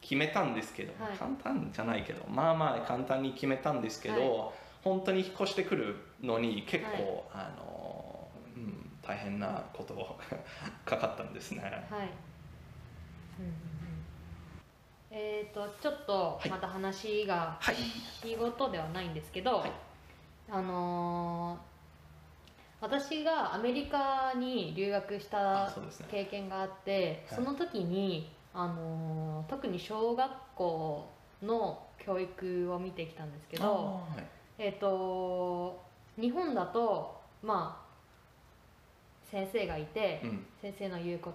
Speaker 2: 決めたんですけど、
Speaker 1: はい
Speaker 2: 簡単じゃないけどまあまあ簡単に決めたんですけど、本当に引っ越してくるのに結構、あの、うん、大変なことをかかったんですね。
Speaker 1: はい。うんうんうんえっ、とちょっと
Speaker 2: はい
Speaker 1: また話が
Speaker 2: はい、
Speaker 1: 仕事ではないんですけど、
Speaker 2: はい
Speaker 1: あのー私がアメリカに留学し
Speaker 2: あ
Speaker 1: た
Speaker 2: そうですね。
Speaker 1: 経験があって、
Speaker 2: はい
Speaker 1: その時にあのー特に小学校の教育を見てきたんですけど。
Speaker 2: あーはい
Speaker 1: えっ、と日本だとまあ先生がいて、
Speaker 2: うん、
Speaker 1: 先生の言うこ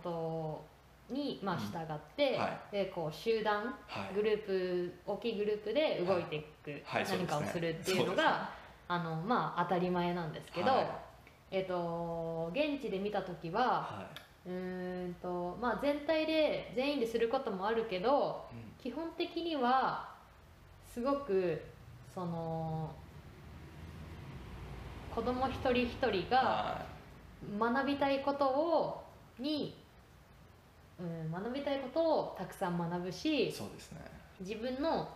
Speaker 1: とに、まあ、
Speaker 2: うん
Speaker 1: 従って、
Speaker 2: は
Speaker 1: でこう集団
Speaker 2: はい、
Speaker 1: グループ大きいグループで動いていく、
Speaker 2: はい
Speaker 1: 何かをするっていうのが、あのまあ、当たり前なんですけど、
Speaker 2: はい
Speaker 1: えっと現地で見た時は
Speaker 2: は
Speaker 1: うーんと、まあ、全体で全員ですることもあるけど
Speaker 2: い、うん
Speaker 1: 基本的にはすごくその子供一人一人が
Speaker 2: は
Speaker 1: 学びたいことをに、うん、学びたいことをたくさん学ぶ
Speaker 2: い、
Speaker 1: し
Speaker 2: そうですね。
Speaker 1: 自分の、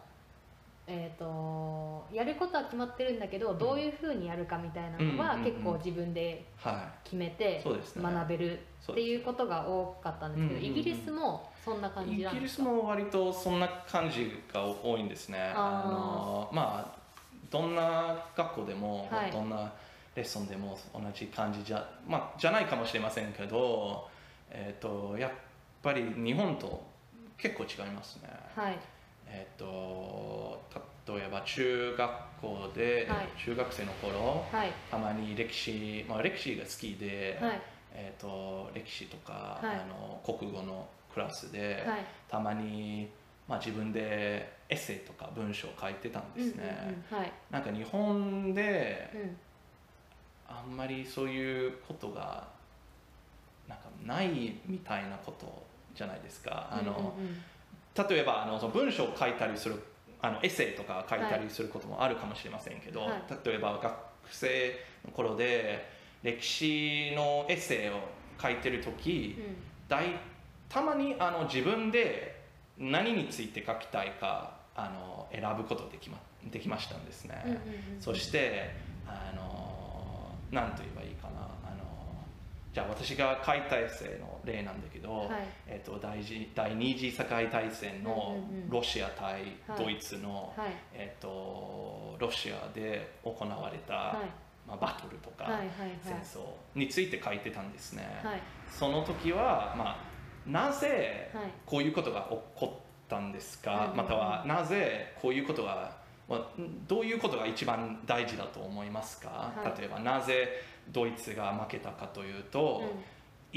Speaker 1: えー、とやることは決まってるんだけどどういうふうにやるかみたいなの
Speaker 2: う
Speaker 1: は
Speaker 2: んうんうんうん
Speaker 1: 結構自分で
Speaker 2: は
Speaker 1: 決め
Speaker 2: い、
Speaker 1: て
Speaker 2: そうですね。
Speaker 1: 学べる
Speaker 2: そ
Speaker 1: っ
Speaker 2: う
Speaker 1: て
Speaker 2: です
Speaker 1: いうことが多かったんですけど
Speaker 2: うんうんう
Speaker 1: イ
Speaker 2: ん
Speaker 1: ギリスもそんな感じ
Speaker 2: イ
Speaker 1: なん
Speaker 2: ギ
Speaker 1: で
Speaker 2: リ
Speaker 1: す
Speaker 2: ス
Speaker 1: か
Speaker 2: も割とそんな感じが多いんですね。
Speaker 1: あー
Speaker 2: あのまあどんな学校でも、
Speaker 1: はい
Speaker 2: どんなレッスンでも同じ感じじゃ,、まあ、じゃないかもしれませんけど、えー、とやっぱり日本と結構違いますね。
Speaker 1: はい
Speaker 2: えー、と例えば中学校で、
Speaker 1: はい
Speaker 2: 中学生の頃
Speaker 1: はい
Speaker 2: たまに歴史、まあ、歴史が好きで、
Speaker 1: はい
Speaker 2: えー、と歴史とか、
Speaker 1: はい
Speaker 2: あの国語のクラスで。
Speaker 1: はい
Speaker 2: たまに、まあ、自分でエッセイとか文章を書いてたんですね、
Speaker 1: うんうんうん、はい、
Speaker 2: なんか日本で
Speaker 1: うん、
Speaker 2: あんまりそういうことがなんかないみたいなことじゃないですかあの、
Speaker 1: うんうんうん
Speaker 2: 例えばあのその文章を書いたりするあのエッセイとか書いたりすることもあるかもしれませんけど、
Speaker 1: はい
Speaker 2: 例えば学生の頃で歴史のエッセイを書いてる時、大たまにあの自分で何について書きたいかあの選ぶことできまできましたんですね、
Speaker 1: うんうんうんうん
Speaker 2: そしてあの何と言えばいいかなあのじゃあ私が書いたエッセイの例なんだけど、
Speaker 1: はい
Speaker 2: えっと第二第二次世界大戦の
Speaker 1: うんうんうん
Speaker 2: ロシア対
Speaker 1: はい
Speaker 2: ドイツの、
Speaker 1: はい
Speaker 2: えっとロシアで行われた、
Speaker 1: はい
Speaker 2: まあ、バトルとか、
Speaker 1: はいはい
Speaker 2: 戦争について書いてたんですね。
Speaker 1: はい
Speaker 2: その時は、まあ、なぜ
Speaker 1: はい
Speaker 2: こういうことが起こったんです
Speaker 1: うんうん
Speaker 2: か、
Speaker 1: うん
Speaker 2: またはなぜこういうことが、まあ、どういうことが一番大事だと思いますか、
Speaker 1: はい
Speaker 2: 例えばなぜドイツが負けたかという
Speaker 1: う
Speaker 2: と、
Speaker 1: ん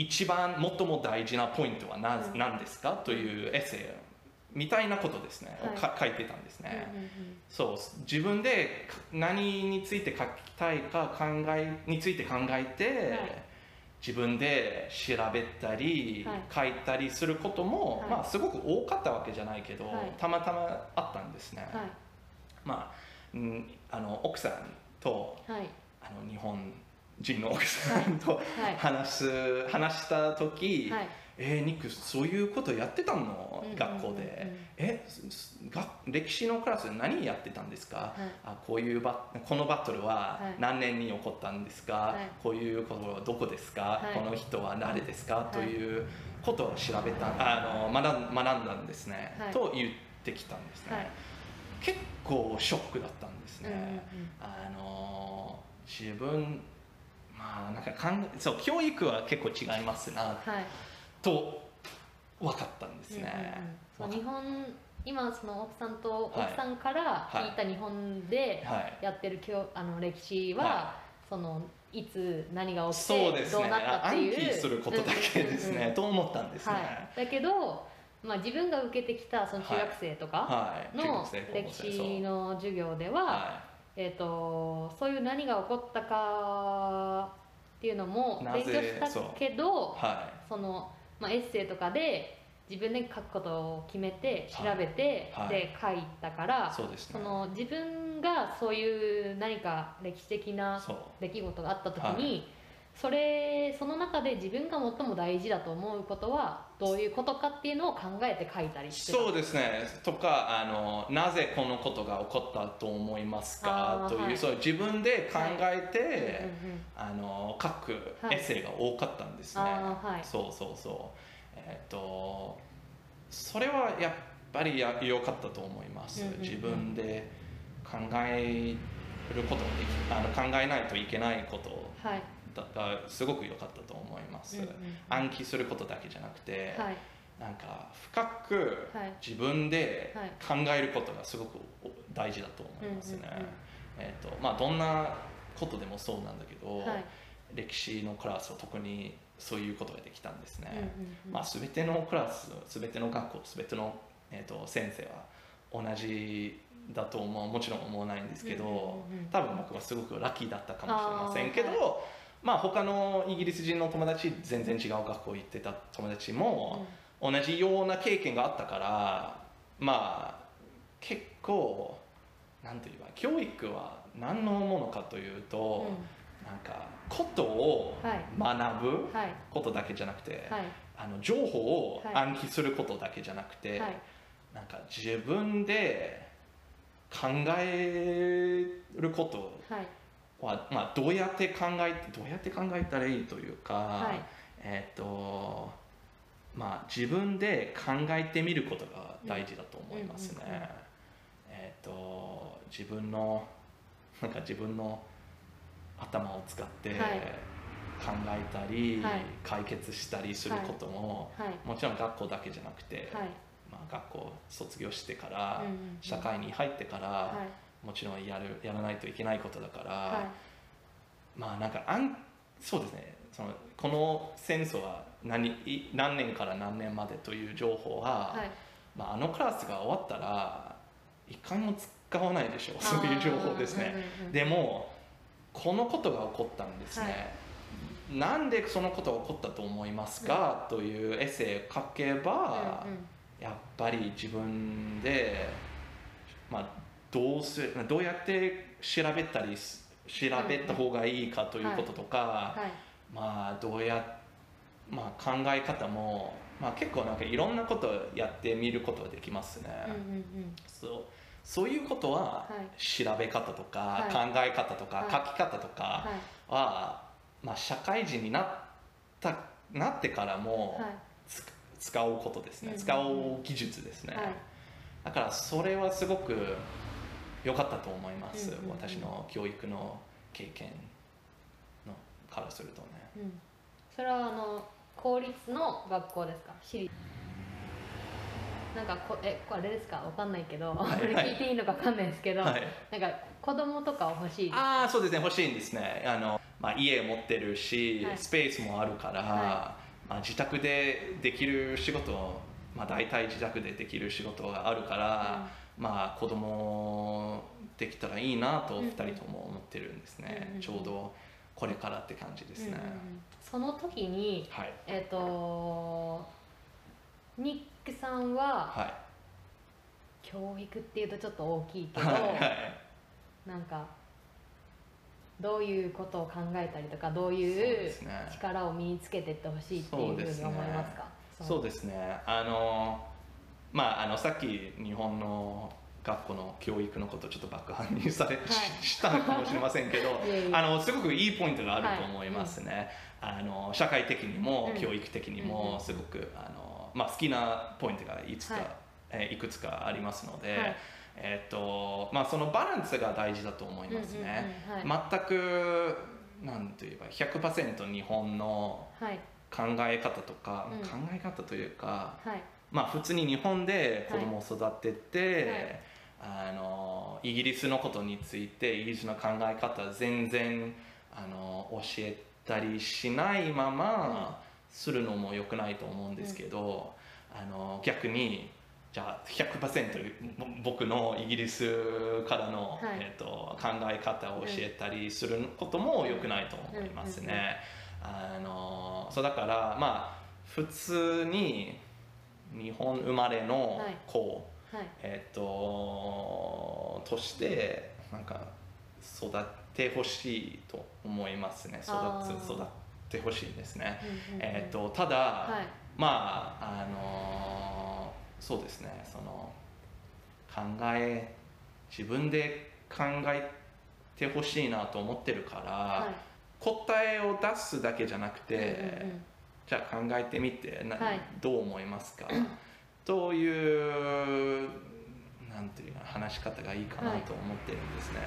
Speaker 2: 一番最も大事なポイントはな、
Speaker 1: うん
Speaker 2: ん、何ですかというエッセイみたいなことですね、
Speaker 1: はい
Speaker 2: をか書いてたんですね。
Speaker 1: うんうん
Speaker 2: そう自分でか何について書きたいか考えについて考えて、
Speaker 1: はい
Speaker 2: 自分で調べたり、書いたりすることも、
Speaker 1: はい
Speaker 2: まあ、すごく多かったわけじゃないけど、
Speaker 1: はい
Speaker 2: たまたまあったんですね、
Speaker 1: は
Speaker 2: まあうんあの奥さんと
Speaker 1: いはい
Speaker 2: あの日本人の奥さんと、
Speaker 1: はい
Speaker 2: 話す話した時、
Speaker 1: はい
Speaker 2: えーニックそういうことやってた
Speaker 1: うんう
Speaker 2: の、
Speaker 1: んうんうん
Speaker 2: 学校で、えすすば歴史のクラス何やってたんですか、
Speaker 1: はい
Speaker 2: あこういうバこのバトルは
Speaker 1: はい
Speaker 2: 何年に起こったんですか、
Speaker 1: はい
Speaker 2: こういうことはどこですか、
Speaker 1: はい
Speaker 2: この人は誰ですか、
Speaker 1: い
Speaker 2: ということを調べたあの学ん学んだんですね、
Speaker 1: はい
Speaker 2: と言ってきたんですね、
Speaker 1: はい
Speaker 2: 結構ショックだったんです
Speaker 1: うんうん
Speaker 2: ね、あの自分まあなんか考えそう教育は結構違いますな
Speaker 1: はい
Speaker 2: と分かったんですね、
Speaker 1: うんうんうんそう日本今その奥さんと
Speaker 2: はい
Speaker 1: 奥さんから聞いた日本で
Speaker 2: はい
Speaker 1: やってる教あの歴史は、
Speaker 2: はい
Speaker 1: そのいつ何が起き
Speaker 2: そうで
Speaker 1: て
Speaker 2: す
Speaker 1: どう
Speaker 2: ね。
Speaker 1: なったっ
Speaker 2: ア
Speaker 1: てい
Speaker 2: ン
Speaker 1: う
Speaker 2: ティすることだけです
Speaker 1: うんうんうん
Speaker 2: ね。と思ったんですね。
Speaker 1: はい、だけど、まあ、自分が受けてきたその中学生とか
Speaker 2: はい。
Speaker 1: の
Speaker 2: 中学生
Speaker 1: 歴史。の授業で
Speaker 2: 高校生そう
Speaker 1: は、
Speaker 2: は
Speaker 1: えー、とそういう何が起こったかっていうのも
Speaker 2: な
Speaker 1: 勉
Speaker 2: ぜ
Speaker 1: 強したけど
Speaker 2: い。は
Speaker 1: その、まあ、エッセイとかで自分で書くことを決めて調べて、
Speaker 2: はい
Speaker 1: で書いたから、
Speaker 2: い。そうですね。
Speaker 1: その自分がそういう何か歴史的な
Speaker 2: そう。
Speaker 1: 出来事があった時に、
Speaker 2: は
Speaker 1: それその中で自分が最も大事だと思うことはどういうことかっていうのを考えて書いたりしてた
Speaker 2: そうですね。とか、あの、なぜこのことが起こったと思いますか
Speaker 1: あー
Speaker 2: という、
Speaker 1: はい
Speaker 2: そう自分で考えて、
Speaker 1: うんうんうん
Speaker 2: あの書く
Speaker 1: はい
Speaker 2: エッセイが多かったんですね。
Speaker 1: あーはい
Speaker 2: そうそうそう。えっ、とそれはやっぱりや良かったと思います。
Speaker 1: うんうんうん
Speaker 2: 自分で考えることできあの考えないといけないこと
Speaker 1: はい、
Speaker 2: だがすごく良かったと思います。
Speaker 1: うんうん
Speaker 2: 暗記することだけじゃなくて、
Speaker 1: はい
Speaker 2: なんか深く
Speaker 1: はい
Speaker 2: 自分で
Speaker 1: はい
Speaker 2: 考えることがすごく大事だと思いますね。
Speaker 1: うんうんうん
Speaker 2: えっ、とまあどんなことでもそうなんだけど。
Speaker 1: はい
Speaker 2: 歴史のクラスは特にそういうことができたんですね、
Speaker 1: うんうんうん
Speaker 2: まあ、全てのクラス全ての学校全ての、えー、と先生は同じだと思うもちろん思わないんですけど、
Speaker 1: うんうんうん
Speaker 2: 多分僕はすごくラッキーだったかもしれませんけど
Speaker 1: あー
Speaker 2: まあ他のイギリス人の友達全然違う学校行ってた友達も同じような経験があったからまあ結構なんて言えば教育は何のものかというと、
Speaker 1: う
Speaker 2: なんかことを
Speaker 1: はい
Speaker 2: 学ぶ
Speaker 1: んはい
Speaker 2: ことだけじゃなくて、
Speaker 1: はい
Speaker 2: あの情報を
Speaker 1: はい
Speaker 2: 暗記することだけじゃなくて、
Speaker 1: はい
Speaker 2: なんか自分で考えること
Speaker 1: はい
Speaker 2: は、まあ、どうやって考えどうやって考えたらいいというか、
Speaker 1: はい
Speaker 2: えっ、とまあ自分で考えてみることが大事だと思いますね。
Speaker 1: うんうんうんうん
Speaker 2: えっ、と自分のなんか自分の頭を使って
Speaker 1: はい
Speaker 2: 考えたり、
Speaker 1: はい
Speaker 2: 解決したりすることも、
Speaker 1: はい
Speaker 2: もちろん学校だけじゃなくて、
Speaker 1: はい
Speaker 2: まあ、学校卒業してから、
Speaker 1: うんうんうん
Speaker 2: 社会に入ってから、
Speaker 1: はい
Speaker 2: もちろんやるやらないといけないことだから、
Speaker 1: はい
Speaker 2: まあなんかあんそうですねそのこの戦争は何い何年から何年までという情報は、
Speaker 1: はい
Speaker 2: まあ、あのクラスが終わったら一回も使わないでしょうそういう情報です
Speaker 1: あ
Speaker 2: ね。
Speaker 1: ーうんうんうん
Speaker 2: でもこのことが起こったんですね、
Speaker 1: は
Speaker 2: なんでそのことが起こったと思いますか、というエッセイを書けば、
Speaker 1: うんうん
Speaker 2: やっぱり自分で、まあ、どうするどうやって調べたりす調べた方がいいかということとか、
Speaker 1: はい
Speaker 2: まあどうや、まあ、考え方も、まあ、結構なんかいろんなことやってみることができますね。
Speaker 1: うんうん
Speaker 2: そうそういうことは
Speaker 1: は
Speaker 2: 調べ方とか
Speaker 1: はい
Speaker 2: 考え方とか
Speaker 1: はい
Speaker 2: 書き方と
Speaker 1: うんは
Speaker 2: か
Speaker 1: い
Speaker 2: はまあ社会人になったなってからも
Speaker 1: はい
Speaker 2: つ使うことですね
Speaker 1: うん
Speaker 2: 使う技術ですね
Speaker 1: はい
Speaker 2: だからそれはすごく良かったと思います
Speaker 1: うんうんうん
Speaker 2: 私の教育の経験のからするとね
Speaker 1: うんそれはあの公立の学校ですか私立なんかこえこれあれですかわかんないけど、
Speaker 2: い
Speaker 1: これ
Speaker 2: はい
Speaker 1: 聞いていいのかわかんないですけど、
Speaker 2: はい
Speaker 1: なんか子供とか欲しいです
Speaker 2: ああそうですね欲しいんですねあの、まあ、家持ってるし、
Speaker 1: はい
Speaker 2: スペースもあるから、
Speaker 1: は
Speaker 2: まあ、自宅でできる仕事を、まあ、大体自宅でできる仕事があるから、まあ子供できたらいいなと
Speaker 1: うん
Speaker 2: 2人とも思ってるんですね、
Speaker 1: うんうん
Speaker 2: ちょうどこれからって感じですね、
Speaker 1: うんうんうんその時に
Speaker 2: はい
Speaker 1: えっ、とニックさんは
Speaker 2: はい
Speaker 1: 教育っていうとちょっと大きいけど、
Speaker 2: はいはい
Speaker 1: なんかどういうことを考えたりとかどう
Speaker 2: そう
Speaker 1: い
Speaker 2: で
Speaker 1: う
Speaker 2: すね
Speaker 1: 力を身につけていってほしいっていうふうに思いますか
Speaker 2: そう
Speaker 1: で
Speaker 2: ですねあのまあ、あのさっき日本の学校の教育のことちょっと爆破にされ、
Speaker 1: い
Speaker 2: したのかもしれませんけど
Speaker 1: いえいえ
Speaker 2: あのすごくいいポイントがあると思いますね、あの社会的にも
Speaker 1: うん
Speaker 2: 教育的に
Speaker 1: うんう
Speaker 2: も
Speaker 1: ん
Speaker 2: すごく、あのまあ、好きなポイントがいつか、
Speaker 1: はい
Speaker 2: えーいくつかありますので、
Speaker 1: はい
Speaker 2: えっとまあ、そのバランスが大事だと思いますね。
Speaker 1: うんうんうん
Speaker 2: 全くなんといえば100%日本の
Speaker 1: はい
Speaker 2: 考え方とか、
Speaker 1: うん
Speaker 2: 考え方というか
Speaker 1: はい
Speaker 2: まあ普通に日本で子供を育てて、あのイギリスのことについてイギリスの考え方全然あの教えたりしないままするのも良くないと思うんですけど、あの逆にじゃあ100%ぼ僕のイギリスからの、
Speaker 1: はい
Speaker 2: えっと考え方を教えたりすることも良くないと思いますね。あのそうだからまあ普通に日本生まれの
Speaker 1: はい
Speaker 2: 子、
Speaker 1: はい
Speaker 2: えっととしてなんか育ってほしいと思いますね育
Speaker 1: あー
Speaker 2: つ育ってほしいですね、
Speaker 1: うんうんうん
Speaker 2: えっとただ、
Speaker 1: はい
Speaker 2: まああのそうですねその考え自分で考えてほしいなと思ってるから、
Speaker 1: はい
Speaker 2: 答えを出すだけじゃなくて、
Speaker 1: うんうんうん
Speaker 2: じゃあ考えてみてな、
Speaker 1: はい
Speaker 2: どう思いますかというなんていうかな話し方がいいかな
Speaker 1: はい
Speaker 2: と思ってるんですね、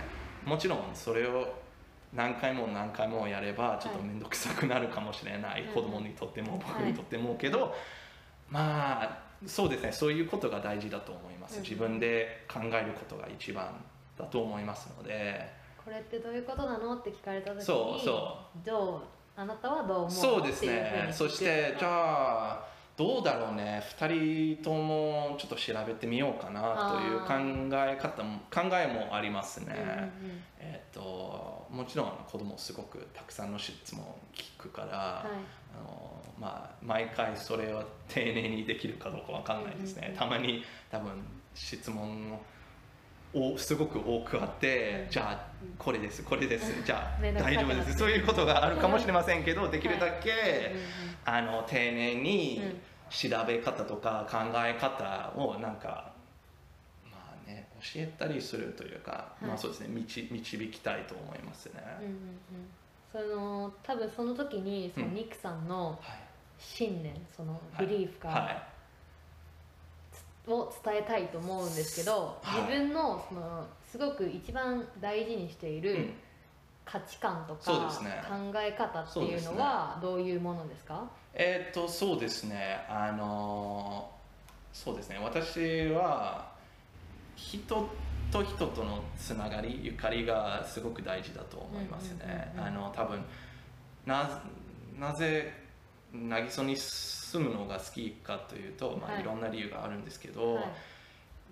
Speaker 2: もちろんそれを何回も何回もやればちょっと
Speaker 1: はい
Speaker 2: 面倒くさくなるかもしれない、
Speaker 1: うんうん
Speaker 2: 子供にとっても僕
Speaker 1: は
Speaker 2: に
Speaker 1: い
Speaker 2: とってもけど、まあそうですねそういうことが大事だと思いま
Speaker 1: うん
Speaker 2: す
Speaker 1: うん
Speaker 2: 自分で考えることが一番だと思いますので
Speaker 1: これってどういうことなのって聞かれた時に
Speaker 2: そうそう
Speaker 1: どうあなたはどう思う
Speaker 2: そうです
Speaker 1: っていうふう
Speaker 2: ね
Speaker 1: に聞く
Speaker 2: そしてじゃあどうだろうね2人ともちょっと調べてみようかな
Speaker 1: あ
Speaker 2: という考
Speaker 1: ー
Speaker 2: え方も考えもありますね、
Speaker 1: うんうんうん
Speaker 2: えっともちろん子供すごくたくさんの質問を聞くから、
Speaker 1: はい
Speaker 2: あのまあ、毎回それを丁寧にできるかどうかわかんないですね、
Speaker 1: うんうんうん
Speaker 2: たまに多分質問をすごく多くあって、
Speaker 1: うん
Speaker 2: じゃあこれですこれですじゃ あ
Speaker 1: 面倒く
Speaker 2: 大
Speaker 1: さく
Speaker 2: 丈
Speaker 1: な
Speaker 2: 夫
Speaker 1: って
Speaker 2: ですそういうことがあるかもしれませんけどできるだけ、
Speaker 1: うんうん
Speaker 2: あの丁寧に調べ方とか考え方をなんか、まあね教えたりするというか、
Speaker 1: い
Speaker 2: まあそうですね導導きたいと思いますね。
Speaker 1: うんうんうんその多分その時にその
Speaker 2: うん
Speaker 1: ニックさんの
Speaker 2: はい
Speaker 1: 信念その
Speaker 2: はい
Speaker 1: ビリーフ
Speaker 2: は
Speaker 1: か
Speaker 2: い
Speaker 1: を伝えたいと思うんですけど、
Speaker 2: はい
Speaker 1: 自分のそのすごく一番大事にしていうる
Speaker 2: ん
Speaker 1: 価値観と
Speaker 2: そうで
Speaker 1: か
Speaker 2: すね
Speaker 1: 考え方っていうのはどういうものですか？
Speaker 2: えーっとそうですねあのそうですね私は人と人とのつながりゆかりがすごく大事だと思いますね。
Speaker 1: うんうん
Speaker 2: あ
Speaker 1: うんうん
Speaker 2: の多分ななぜ渚に住むのが好きかというと、まあ、
Speaker 1: はいい
Speaker 2: ろんな理由があるんですけど、
Speaker 1: はい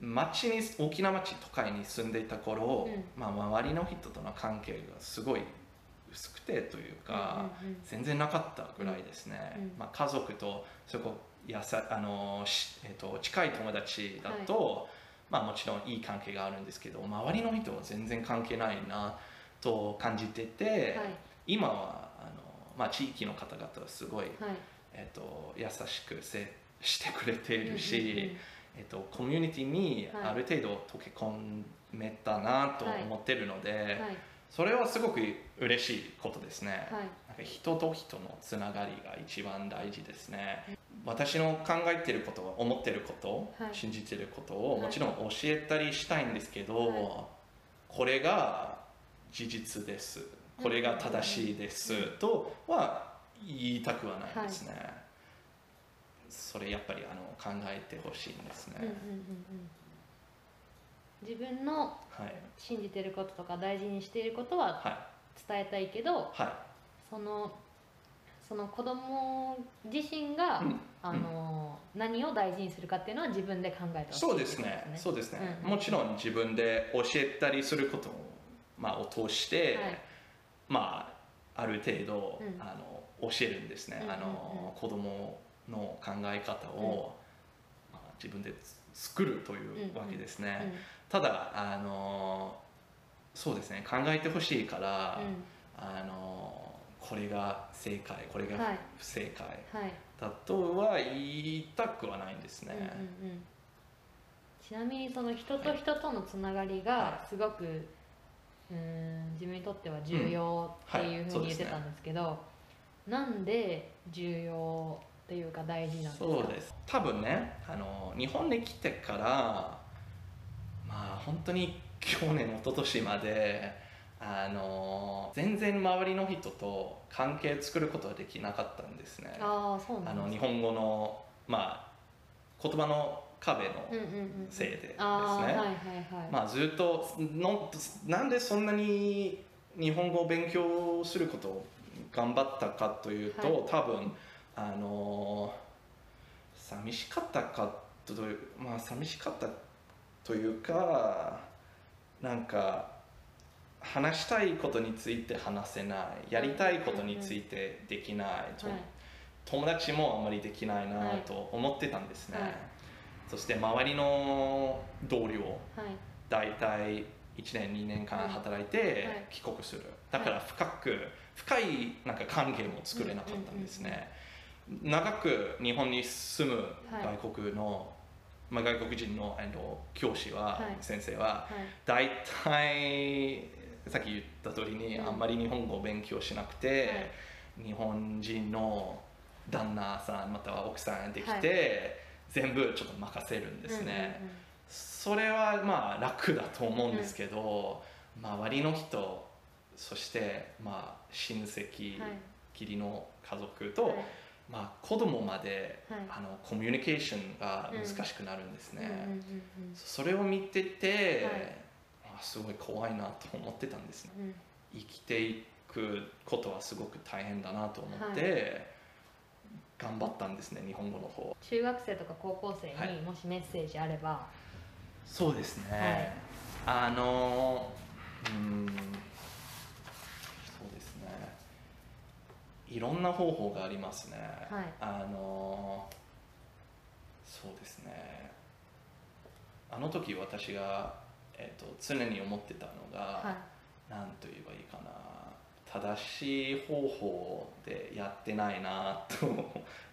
Speaker 2: 町に大きな町都会に住んでいた頃、
Speaker 1: うん
Speaker 2: まあ、周りの人との関係がすごい薄くてというか。
Speaker 1: うんうんうん
Speaker 2: 全然なかったぐらいですね、
Speaker 1: うん
Speaker 2: まあ、家族とそこやさあの、しえっと近い友達だと、まあ、もちろんいい関係があるんですけど周りの人は全然関係ないなと感じてて、
Speaker 1: はい
Speaker 2: 今はあの、まあ、地域の方々はすごい、
Speaker 1: はい
Speaker 2: えっと優しくせしてくれている
Speaker 1: うんうんう
Speaker 2: し
Speaker 1: ん、
Speaker 2: えっとコミュニティにある程度溶け込めたなと思ってるので、
Speaker 1: はい
Speaker 2: それはすごく嬉しいことですね。
Speaker 1: はい
Speaker 2: なんか人と人のつながりが一番大事ですね、私の考えてること思ってること、
Speaker 1: はい
Speaker 2: 信じてることを
Speaker 1: はい
Speaker 2: もちろん教えたりしたいんですけど、
Speaker 1: はい
Speaker 2: これが事実ですこれが正しいです、
Speaker 1: うん
Speaker 2: とは言いたくはないですね、それやっぱりあの考えてほしいんですね、
Speaker 1: うんうんうんうん自分の
Speaker 2: はい
Speaker 1: 信じてることとか大事にしていることは
Speaker 2: はい
Speaker 1: 伝えたいけど
Speaker 2: はい
Speaker 1: そのその子供自身が、
Speaker 2: うん
Speaker 1: あの何を大事にするかっていうのは自分で考えた
Speaker 2: そうですね、そうですね、もちろん自分で教えたりすることを,、まあ、を通して、
Speaker 1: はい
Speaker 2: まあ、ある程度、
Speaker 1: うん
Speaker 2: あの教えるんですね、
Speaker 1: うんうんうん
Speaker 2: あの子供の考え方を、まあ、自分で作るというわけですね、ただあのそうですね考えてほしいから、あのこれが正解これ
Speaker 1: は
Speaker 2: が
Speaker 1: い
Speaker 2: 不正解
Speaker 1: はい
Speaker 2: だとは言いたくはないんですね、
Speaker 1: うんうんうんちなみにその人と人とのつながりがすごく、うーん自分にとっては重要っていうふうに言ってたんですけど、なんで重要っていうか大事なんですか
Speaker 2: そうです多分ねあの日本に来てからまあ本当に去年一昨年まであの全然周りの人と関係作ることはできなかったんですねあ
Speaker 1: ああそうなん
Speaker 2: の
Speaker 1: です
Speaker 2: 日
Speaker 1: ね
Speaker 2: 本語のまあ言葉の壁の
Speaker 1: うんうんうん
Speaker 2: せいでですね、
Speaker 1: ああはいはいはい、
Speaker 2: まあ、ずっとのなんでそんなに日本語を勉強することを頑張ったかというと、
Speaker 1: はい
Speaker 2: 多分あの寂しかったかというまあ寂しかったというかなんか話したいことについて話せないやりたいことについてできない、と
Speaker 1: はい
Speaker 2: 友達もあんまりできないな
Speaker 1: はい
Speaker 2: と思ってたんですね、
Speaker 1: はい
Speaker 2: そして周りの同僚
Speaker 1: はい
Speaker 2: 大体1年2年間働いて
Speaker 1: はい
Speaker 2: 帰国する、だから深く深いなんか関係も作れなかったんですね、長く日本に住む
Speaker 1: はい
Speaker 2: 外国の、まあ、外国人のえっと教師は、
Speaker 1: はい
Speaker 2: 先生は
Speaker 1: はい
Speaker 2: 大体さっき言った通りに、
Speaker 1: うん
Speaker 2: あんまり日本語を勉強しなくて、
Speaker 1: は
Speaker 2: 日本人の旦那さんまたは奥さんできて、
Speaker 1: はい
Speaker 2: 全部ちょっと任せるんですね、
Speaker 1: うんうんうん
Speaker 2: それはまあ楽だと思うんですけど、周りの人そしてまあ親戚、
Speaker 1: はい
Speaker 2: 義理の家族と、
Speaker 1: はい
Speaker 2: まあ、子供まで、
Speaker 1: はい
Speaker 2: あのコミュニケーションが難しくなるんですね、
Speaker 1: うんうんうん
Speaker 2: それを見てて、あすごい怖いなと思ってたんですね
Speaker 1: うんうん
Speaker 2: 生きていくことはすごく大変だなと思って、頑張ったんですね日本語の方
Speaker 1: 中学生とか高校生
Speaker 2: は
Speaker 1: にもしメッセージあれば、
Speaker 2: そうですね、あのうんそうですねいろんな方法がありますね、
Speaker 1: はい
Speaker 2: あのそうですねあの時私が、えー、と常に思ってたの
Speaker 1: はい
Speaker 2: が何、なんと言えばいいかな正しい方法でやってないなと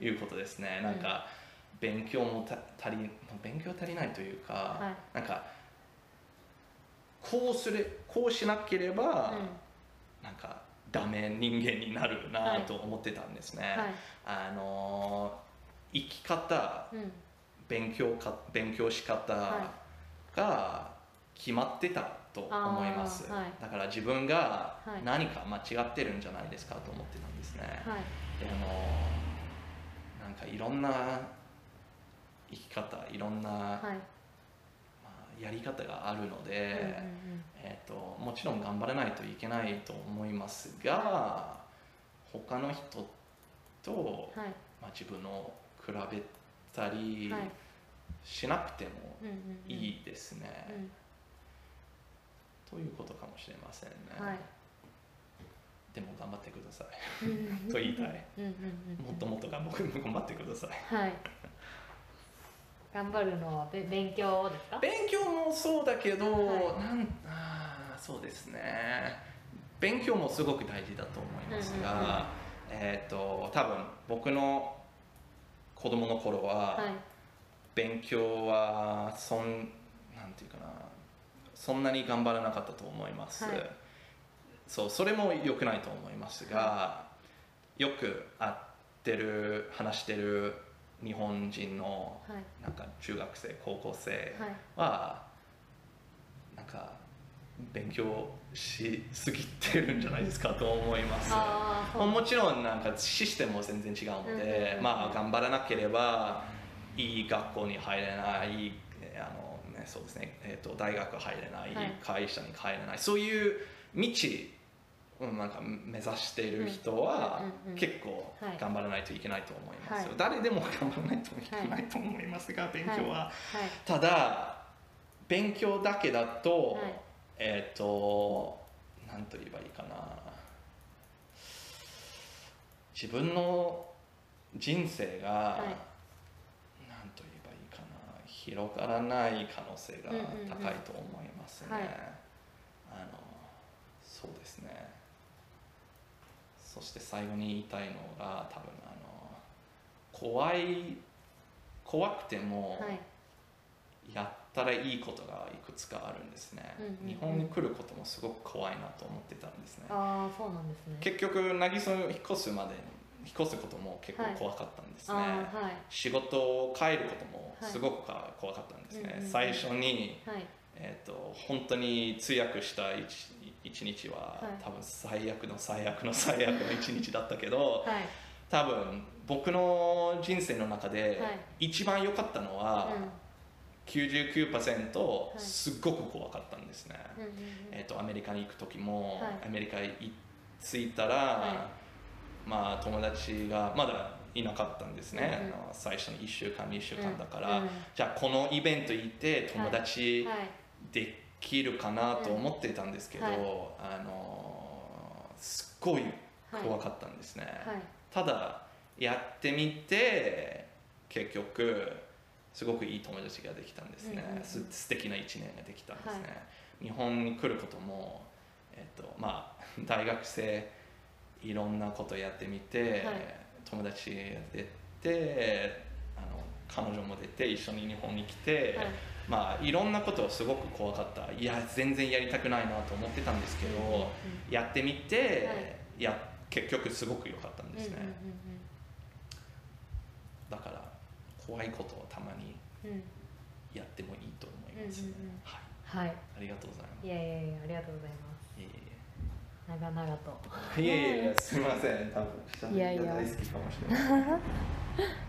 Speaker 2: いうことですねなんか、勉強もた足り勉強足りないというか、
Speaker 1: は
Speaker 2: なんかこうするこうしなければ、
Speaker 1: う
Speaker 2: なんかダメ人間になるなと思ってたんですね、
Speaker 1: んはい
Speaker 2: あの生き方
Speaker 1: うん
Speaker 2: 勉強か勉強し方
Speaker 1: は
Speaker 2: が決まってたと思います、
Speaker 1: あーはい
Speaker 2: だから自分が
Speaker 1: はい
Speaker 2: 何か間違ってるんじゃないですかと思ってたんですね、
Speaker 1: はい
Speaker 2: であのなんかいろんな生き方いろんな、
Speaker 1: はい
Speaker 2: まあやり方があるので、
Speaker 1: うんうん
Speaker 2: えー、ともちろん頑張らないといけないと思いますが他の人と、
Speaker 1: うんはい
Speaker 2: まあ、自分を比べたり
Speaker 1: はい
Speaker 2: しなくても
Speaker 1: うんうんうん
Speaker 2: いいですね、
Speaker 1: うん
Speaker 2: ということかもしれませんね、
Speaker 1: はい
Speaker 2: でも頑張ってください
Speaker 1: うん
Speaker 2: と言いたい
Speaker 1: うんうんうん
Speaker 2: もっともっと頑張頑張ってください
Speaker 1: はい頑張るのはべ勉強ですか
Speaker 2: 勉強もそうだけど、
Speaker 1: は
Speaker 2: なんあーそうですね勉強もすごく大事だと思いますが、
Speaker 1: うんうんうん
Speaker 2: えっ、と多分僕の子供の頃は、
Speaker 1: はい
Speaker 2: 勉強はそんなんていうかなそんなに頑張らなかったと思います、
Speaker 1: はい
Speaker 2: そうそれも良くないと思いますが、よく会ってる話してる日本人の
Speaker 1: はい
Speaker 2: なんか中学生高校生、
Speaker 1: はい
Speaker 2: はなんか勉強しすぎてるんじゃないですかと思います。
Speaker 1: ああ
Speaker 2: まあ
Speaker 1: そう
Speaker 2: もちろんなんかシステムも全然違うの
Speaker 1: うんうん
Speaker 2: で、
Speaker 1: うん
Speaker 2: まあ頑張らなければいい学校に入れないいいあの、ね、そうですね、えー、と大学入れない、
Speaker 1: はい
Speaker 2: いい会社に入れないそういう道うんなんか目指している人は
Speaker 1: うんうんうん
Speaker 2: 結構
Speaker 1: はい
Speaker 2: 頑張らないといけないと思います、
Speaker 1: はい
Speaker 2: 誰でも頑張らないといけないと思いますが、勉強は
Speaker 1: はい
Speaker 2: ただ勉強だけだと、
Speaker 1: はい
Speaker 2: えっ、と何と言えばいいかな自分の人生が、
Speaker 1: い
Speaker 2: 何と言えばいいかな広がらない可能性が
Speaker 1: うんうんうん
Speaker 2: 高いと思いますね、
Speaker 1: はい
Speaker 2: あのそうですねそして最後に言いたいのが多分あの怖い怖くても、
Speaker 1: はい
Speaker 2: やっったらいいことがいくつかあるんですね、
Speaker 1: うんうんうん
Speaker 2: 日本に来ることもすごく怖いなと思ってたんですね
Speaker 1: ああそうなんですね
Speaker 2: 結局渚を引っ越すまで引っ越すことも結構怖かったんです
Speaker 1: あ
Speaker 2: ね、
Speaker 1: あはい
Speaker 2: 仕事を変えることもすごくか怖かったんですね、
Speaker 1: うんうんうん
Speaker 2: 最初に、
Speaker 1: はい
Speaker 2: えー、と本当に通訳した一一日は、
Speaker 1: はい
Speaker 2: 多分最悪の最悪の最悪の一日だったけど
Speaker 1: はい
Speaker 2: 多分僕の人生の中で
Speaker 1: はい
Speaker 2: 一番良かったのは、99%
Speaker 1: い
Speaker 2: すっごく怖かったんですね、
Speaker 1: うんうんうんうん
Speaker 2: えっとアメリカに行く時も、
Speaker 1: はい
Speaker 2: アメリカに着いたら、
Speaker 1: は
Speaker 2: まあ友達がまだいなかったんですね、
Speaker 1: うんうん
Speaker 2: あの最初の1週間2週間だから、
Speaker 1: うんうん
Speaker 2: じゃあこのイベント行って友達
Speaker 1: はい
Speaker 2: できるかなと思ってたんですけど、
Speaker 1: はい
Speaker 2: あのーすっごい怖かったんですね、
Speaker 1: はい
Speaker 2: ただやってみて結局すごくいい友達ができたんですね、
Speaker 1: うんうんうん
Speaker 2: す素敵な1年ができたんですね、
Speaker 1: は
Speaker 2: 日本に来ることも、えっとまあ、 大学生いろんなことやってみて、
Speaker 1: はい
Speaker 2: 友達が出てあの彼女も出て一緒に日本に来て、
Speaker 1: はい
Speaker 2: まあいろんなことをすごく怖かったいや全然やりたくないなと思ってたんですけど、やってみて、
Speaker 1: はい
Speaker 2: いや結局すごく良かったん
Speaker 1: うん
Speaker 2: ですね、
Speaker 1: うん
Speaker 2: だから怖いことをたまに
Speaker 1: うんうんうん
Speaker 2: やってもいいと思います、
Speaker 1: うんうんうん
Speaker 2: はい
Speaker 1: はい
Speaker 2: ありがとうございます
Speaker 1: いやいやいやありがとうございます
Speaker 2: い
Speaker 1: 長々と
Speaker 2: えいえいえいえいえいえすみません多分
Speaker 1: いやいや
Speaker 2: 喋りが大好きかもしれない